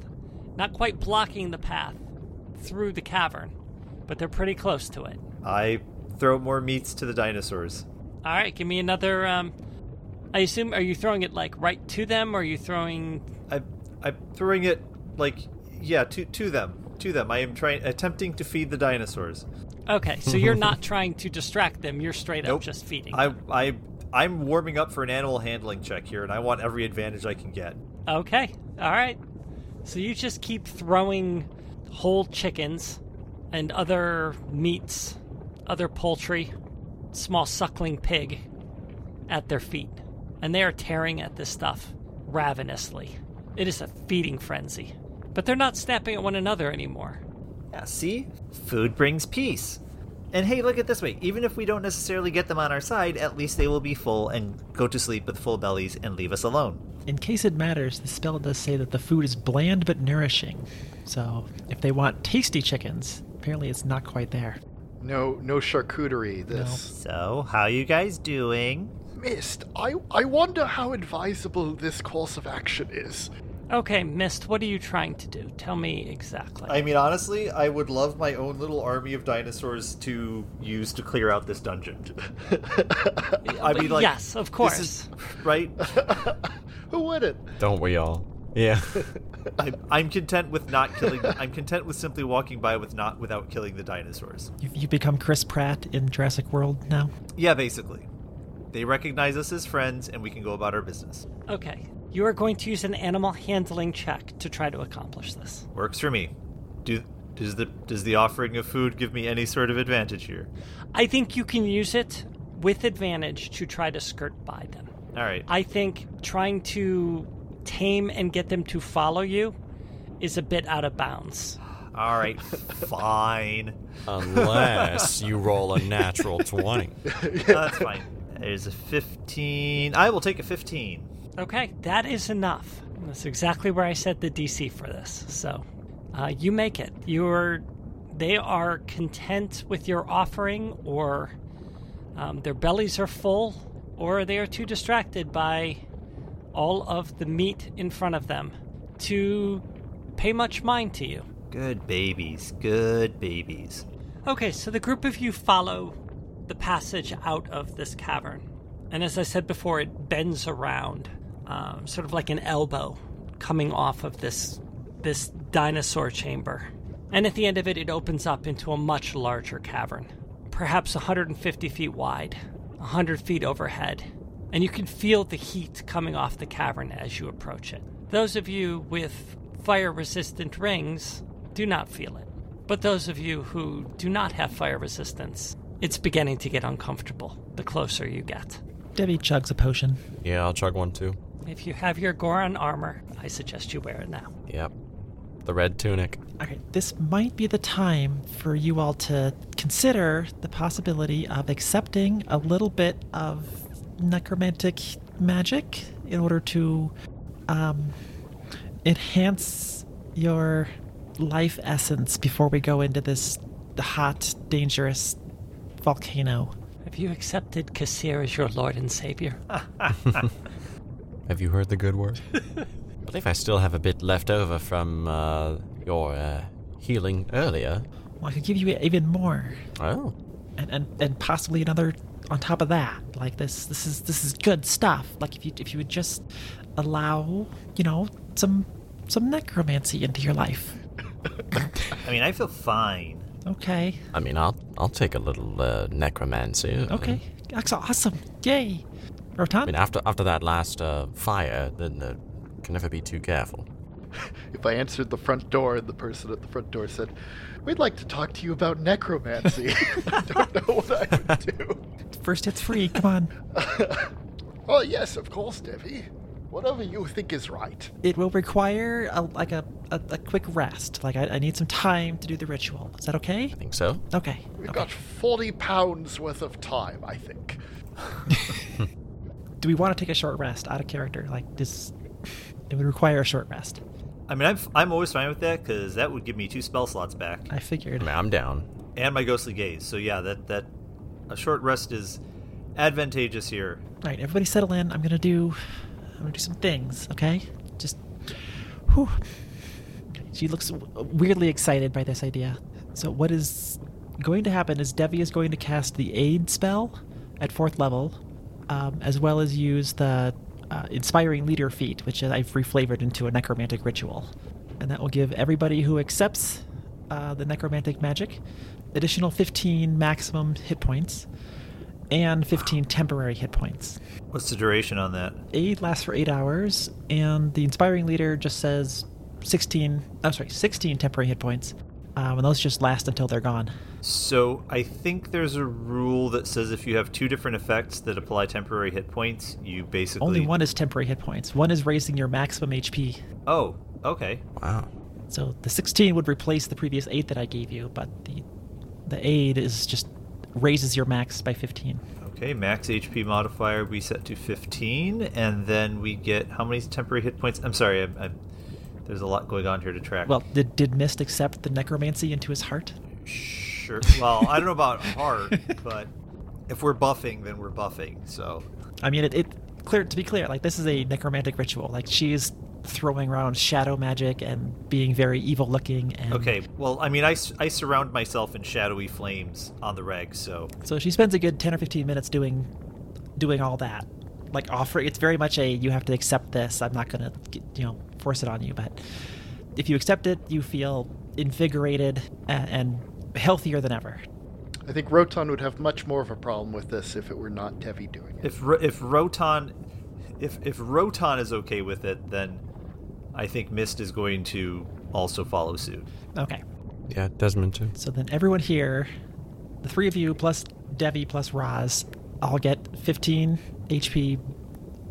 S2: not quite blocking the path through the cavern, but they're pretty close to it.
S1: I throw more meats to the dinosaurs.
S2: All right, give me another. Um, I assume are you throwing it like right to them, or are you throwing?
S1: I I'm throwing it like yeah to to them to them. I am trying attempting to feed the dinosaurs.
S2: Okay, so
S1: (laughs)
S2: you're not trying to distract them. You're straight
S1: Nope.
S2: up just feeding.
S1: I I I'm warming up for an animal handling check here, and I want every advantage I can get.
S2: Okay, all right. So you just keep throwing whole chickens and other meats, other poultry, small suckling pig at their feet. And they are tearing at this stuff ravenously. It is a feeding frenzy. But they're not snapping at one another anymore.
S3: Yeah, see? Food brings peace. And hey, look at this way. Even if we don't necessarily get them on our side, at least they will be full and go to sleep with full bellies and leave us alone.
S4: In case it matters, the spell does say that the food is bland but nourishing. So if they want tasty chickens, apparently it's not quite there.
S5: No, no charcuterie. This
S3: So, how you guys doing?
S5: mist. I I wonder how advisable this course of action is.
S2: Okay, Mist, what are you trying to do? Tell me exactly.
S1: I mean, honestly, I would love my own little army of dinosaurs to use to clear out this dungeon. (laughs) I mean, like,
S2: yes, of
S1: this
S2: course.
S1: is-
S2: (laughs)
S1: right?
S5: Who wouldn't?
S6: Don't we all? Yeah.
S1: I'm, I'm content with not killing. I'm content with simply walking by with not without killing the dinosaurs.
S4: You've, you've become Chris Pratt in Jurassic World now.
S1: Yeah, basically, they recognize us as friends, and we can go about our business.
S2: Okay. You are going to use an animal handling check to try to accomplish this.
S1: Works for me. Do does the does the offering of food give me any sort of advantage here?
S2: I think you can use it with advantage to try to skirt by them.
S1: All right.
S2: I think trying to tame and get them to follow you is a bit out of bounds.
S1: All right. Fine.
S6: (laughs) Unless you roll a (laughs) natural 20.
S1: That's (laughs) fine. There's a 15. I will take a 15.
S2: Okay, that is enough. That's exactly where I set the DC for this. So, uh, you make it. You're, they are content with your offering, or um, their bellies are full, or they are too distracted by all of the meat in front of them to pay much mind to you.
S3: Good babies, good babies.
S2: Okay, so the group of you follow the passage out of this cavern. And as I said before, it bends around, um, sort of like an elbow coming off of this, this dinosaur chamber. And at the end of it, it opens up into a much larger cavern, perhaps 150 feet wide, 100 feet overhead. And you can feel the heat coming off the cavern as you approach it. Those of you with fire resistant rings do not feel it. But those of you who do not have fire resistance, it's beginning to get uncomfortable the closer you get.
S4: Debbie chugs a potion.
S6: Yeah, I'll chug one too.
S2: If you have your Goron armor, I suggest you wear it now.
S6: Yep. The red tunic.
S4: All right, this might be the time for you all to consider the possibility of accepting a little bit of necromantic magic in order to um, enhance your life essence before we go into this hot, dangerous volcano.
S2: Have you accepted Kassir as your lord and savior?
S6: Have you heard the good (laughs) word? I believe I still have a bit left over from uh, your uh, healing earlier.
S4: Well, I could give you even more,
S6: Oh.
S4: and, and, and possibly another on top of that. Like this, this is this is good stuff. Like if you if you would just allow, you know, some some necromancy into your life.
S3: I mean, I feel fine.
S4: Okay,
S6: I mean, I'll I'll take a little uh, necromancy. uh,
S4: okay, that's awesome. Yay,
S6: I mean,
S4: Rotan.
S6: after after that last uh, fire, then uh, can never be too careful.
S5: If I answered the front door and the person at the front door said, "We'd like to talk to you about necromancy," (laughs) I don't know what I would do.
S4: First, it's free. Come on.
S5: Oh yes, of course, Debbie. Whatever you think is right.
S4: It will require a, like a, a, a quick rest. Like I, I need some time to do the ritual. Is that okay?
S6: I think so.
S4: Okay.
S5: We've
S4: okay.
S5: got forty pounds worth of time, I think.
S4: Do we want to take a short rest out of character? Like this, it would require a short rest.
S1: I mean, I'm, I'm always fine with that because that would give me two spell slots back
S4: I figured.
S6: I mean, I'm down.
S1: and my ghostly gaze. So yeah, that that a short rest is advantageous here.
S4: All right, everybody settle in. I'm gonna do, I'm gonna do some things. Okay, just. Whew. She looks w- weirdly excited by this idea. So what is going to happen is Devi is going to cast the aid spell at fourth level, um, as well as use the uh, inspiring leader feat, which I've reflavored into a necromantic ritual, and that will give everybody who accepts uh, the necromantic magic additional 15 maximum hit points and 15 temporary hit points
S1: What's the duration on that?
S4: aid lasts for eight hours, and the inspiring leader just says 16. I'm sorry, 16 temporary hit points, um, and those just last until they're gone.
S1: So I think there's a rule that says if you have two different effects that apply temporary hit points, you basically
S4: Only one is temporary hit points. One is raising your maximum HP.
S1: Oh, okay.
S6: Wow.
S4: So the 16 would replace the previous eight that I gave you, but the the aid is just raises your max by 15.
S3: Okay, max HP modifier we set to 15, and then we get how many temporary hit points? I'm sorry, I, I, there's a lot going on here to track.
S4: Well, did, did Mist accept the necromancy into his heart?
S3: sure. Well, I don't know about hard, but if we're buffing, then we're buffing. So
S4: I mean, it, it clear to be clear, like this is a necromantic ritual. Like she's throwing around shadow magic and being very evil looking. And
S3: okay. Well, I mean, I, s- I surround myself in shadowy flames on the reg, so
S4: So she spends a good ten or fifteen minutes doing, doing all that, like offering. It's very much a you have to accept this. I'm not gonna, get, you know, force it on you. But if you accept it, you feel invigorated and, and healthier than ever.
S5: I think Roton would have much more of a problem with this if it were not Devi doing it.
S3: if Ro- if Roton, if if Roton is okay with it, then I think Mist is going to also follow suit.
S4: Okay.
S6: Yeah, Desmond too.
S4: So then everyone here, the three of you plus Devi plus Roz, all get 15 HP.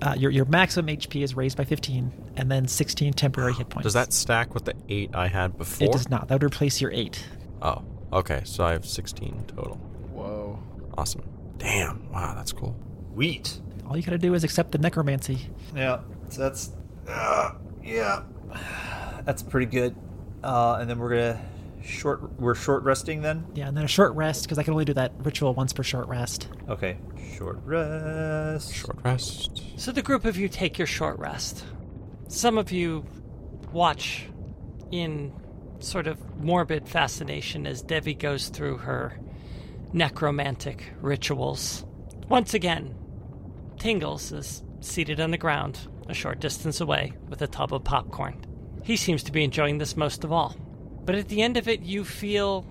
S4: Uh, your, your maximum HP is raised by 15, and then 16 temporary hit points.
S6: Does that stack with the eight I had before?
S4: It does not. That would replace your eight.
S6: Oh, okay. So I have 16 total.
S5: Whoa.
S6: Awesome. Damn. Wow, that's cool.
S3: Wheat.
S4: All you gotta do is accept the necromancy.
S3: Yeah. So that's uh, yeah. That's pretty good. Uh, and then we're gonna short. We're short resting then.
S4: Yeah, and then a short rest because I can only do that ritual once per short rest.
S3: Okay. Short rest.
S6: Short rest.
S2: So the group of you take your short rest. Some of you watch in sort of morbid fascination as Devi goes through her necromantic rituals. Once again, Tingles is seated on the ground a short distance away with a tub of popcorn. He seems to be enjoying this most of all. But at the end of it, you feel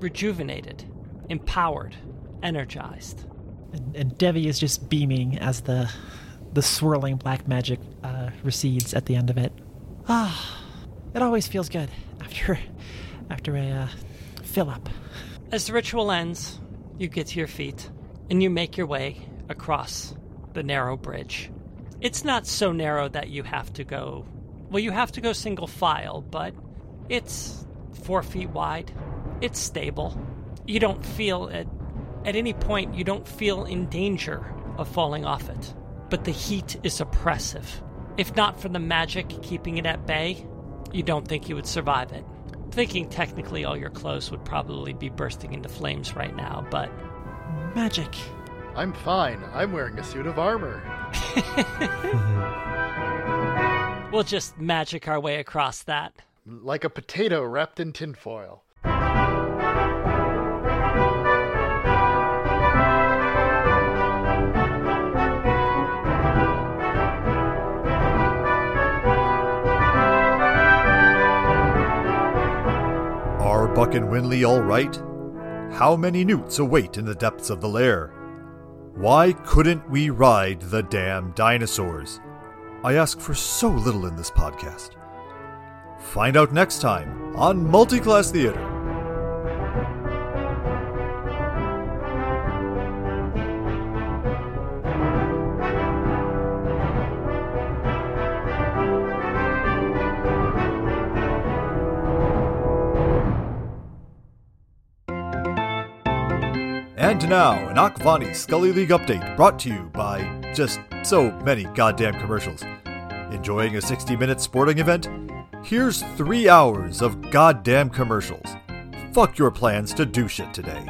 S2: rejuvenated, empowered, energized.
S4: And, and Devi is just beaming as the the swirling black magic uh, recedes at the end of it. Ah, it always feels good after (laughs) after a uh, fill up.
S2: As the ritual ends, you get to your feet and you make your way across the narrow bridge. It's not so narrow that you have to go. Well, you have to go single file, but it's four feet wide. It's stable. You don't feel at at any point you don't feel in danger of falling off it. But the heat is oppressive. If not for the magic keeping it at bay, you don't think you would survive it. Thinking technically all your clothes would probably be bursting into flames right now, but
S4: Magic.
S5: I'm fine. I'm wearing a suit of armor.
S2: we'll just magic our way across that.
S5: Like a potato wrapped in tinfoil.
S1: Are Buck and Winley all right? How many newts await in the depths of the lair? Why couldn't we ride the damn dinosaurs? I ask for so little in this podcast. Find out next time on Multiclass Theater. And now, an Akvani Scully League update brought to you by just so many goddamn commercials. Enjoying a 60 minute sporting event? Here's three hours of goddamn commercials. Fuck your plans to do shit today.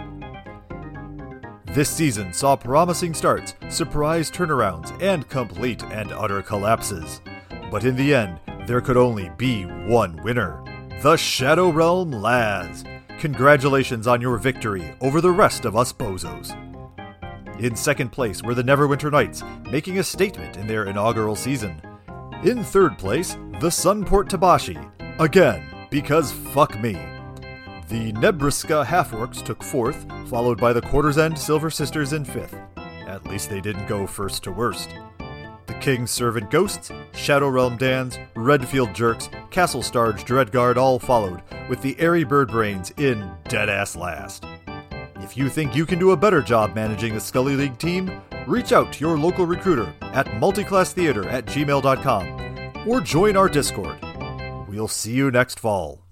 S1: This season saw promising starts, surprise turnarounds, and complete and utter collapses. But in the end, there could only be one winner the Shadow Realm Lads. Congratulations on your victory over the rest of us bozos. In second place were the Neverwinter Knights, making a statement in their inaugural season. In third place, the Sunport Tabashi. Again, because fuck me. The Nebraska Halfworks took fourth, followed by the Quarters End Silver Sisters in fifth. At least they didn't go first to worst. The King's Servant Ghosts, Shadow Realm Dans, Redfield Jerks, Castle Starge Dreadguard all followed, with the Airy Bird Brains in deadass last. If you think you can do a better job managing the Scully League team, reach out to your local recruiter at multiclasstheater at gmail.com or join our Discord. We'll see you next fall.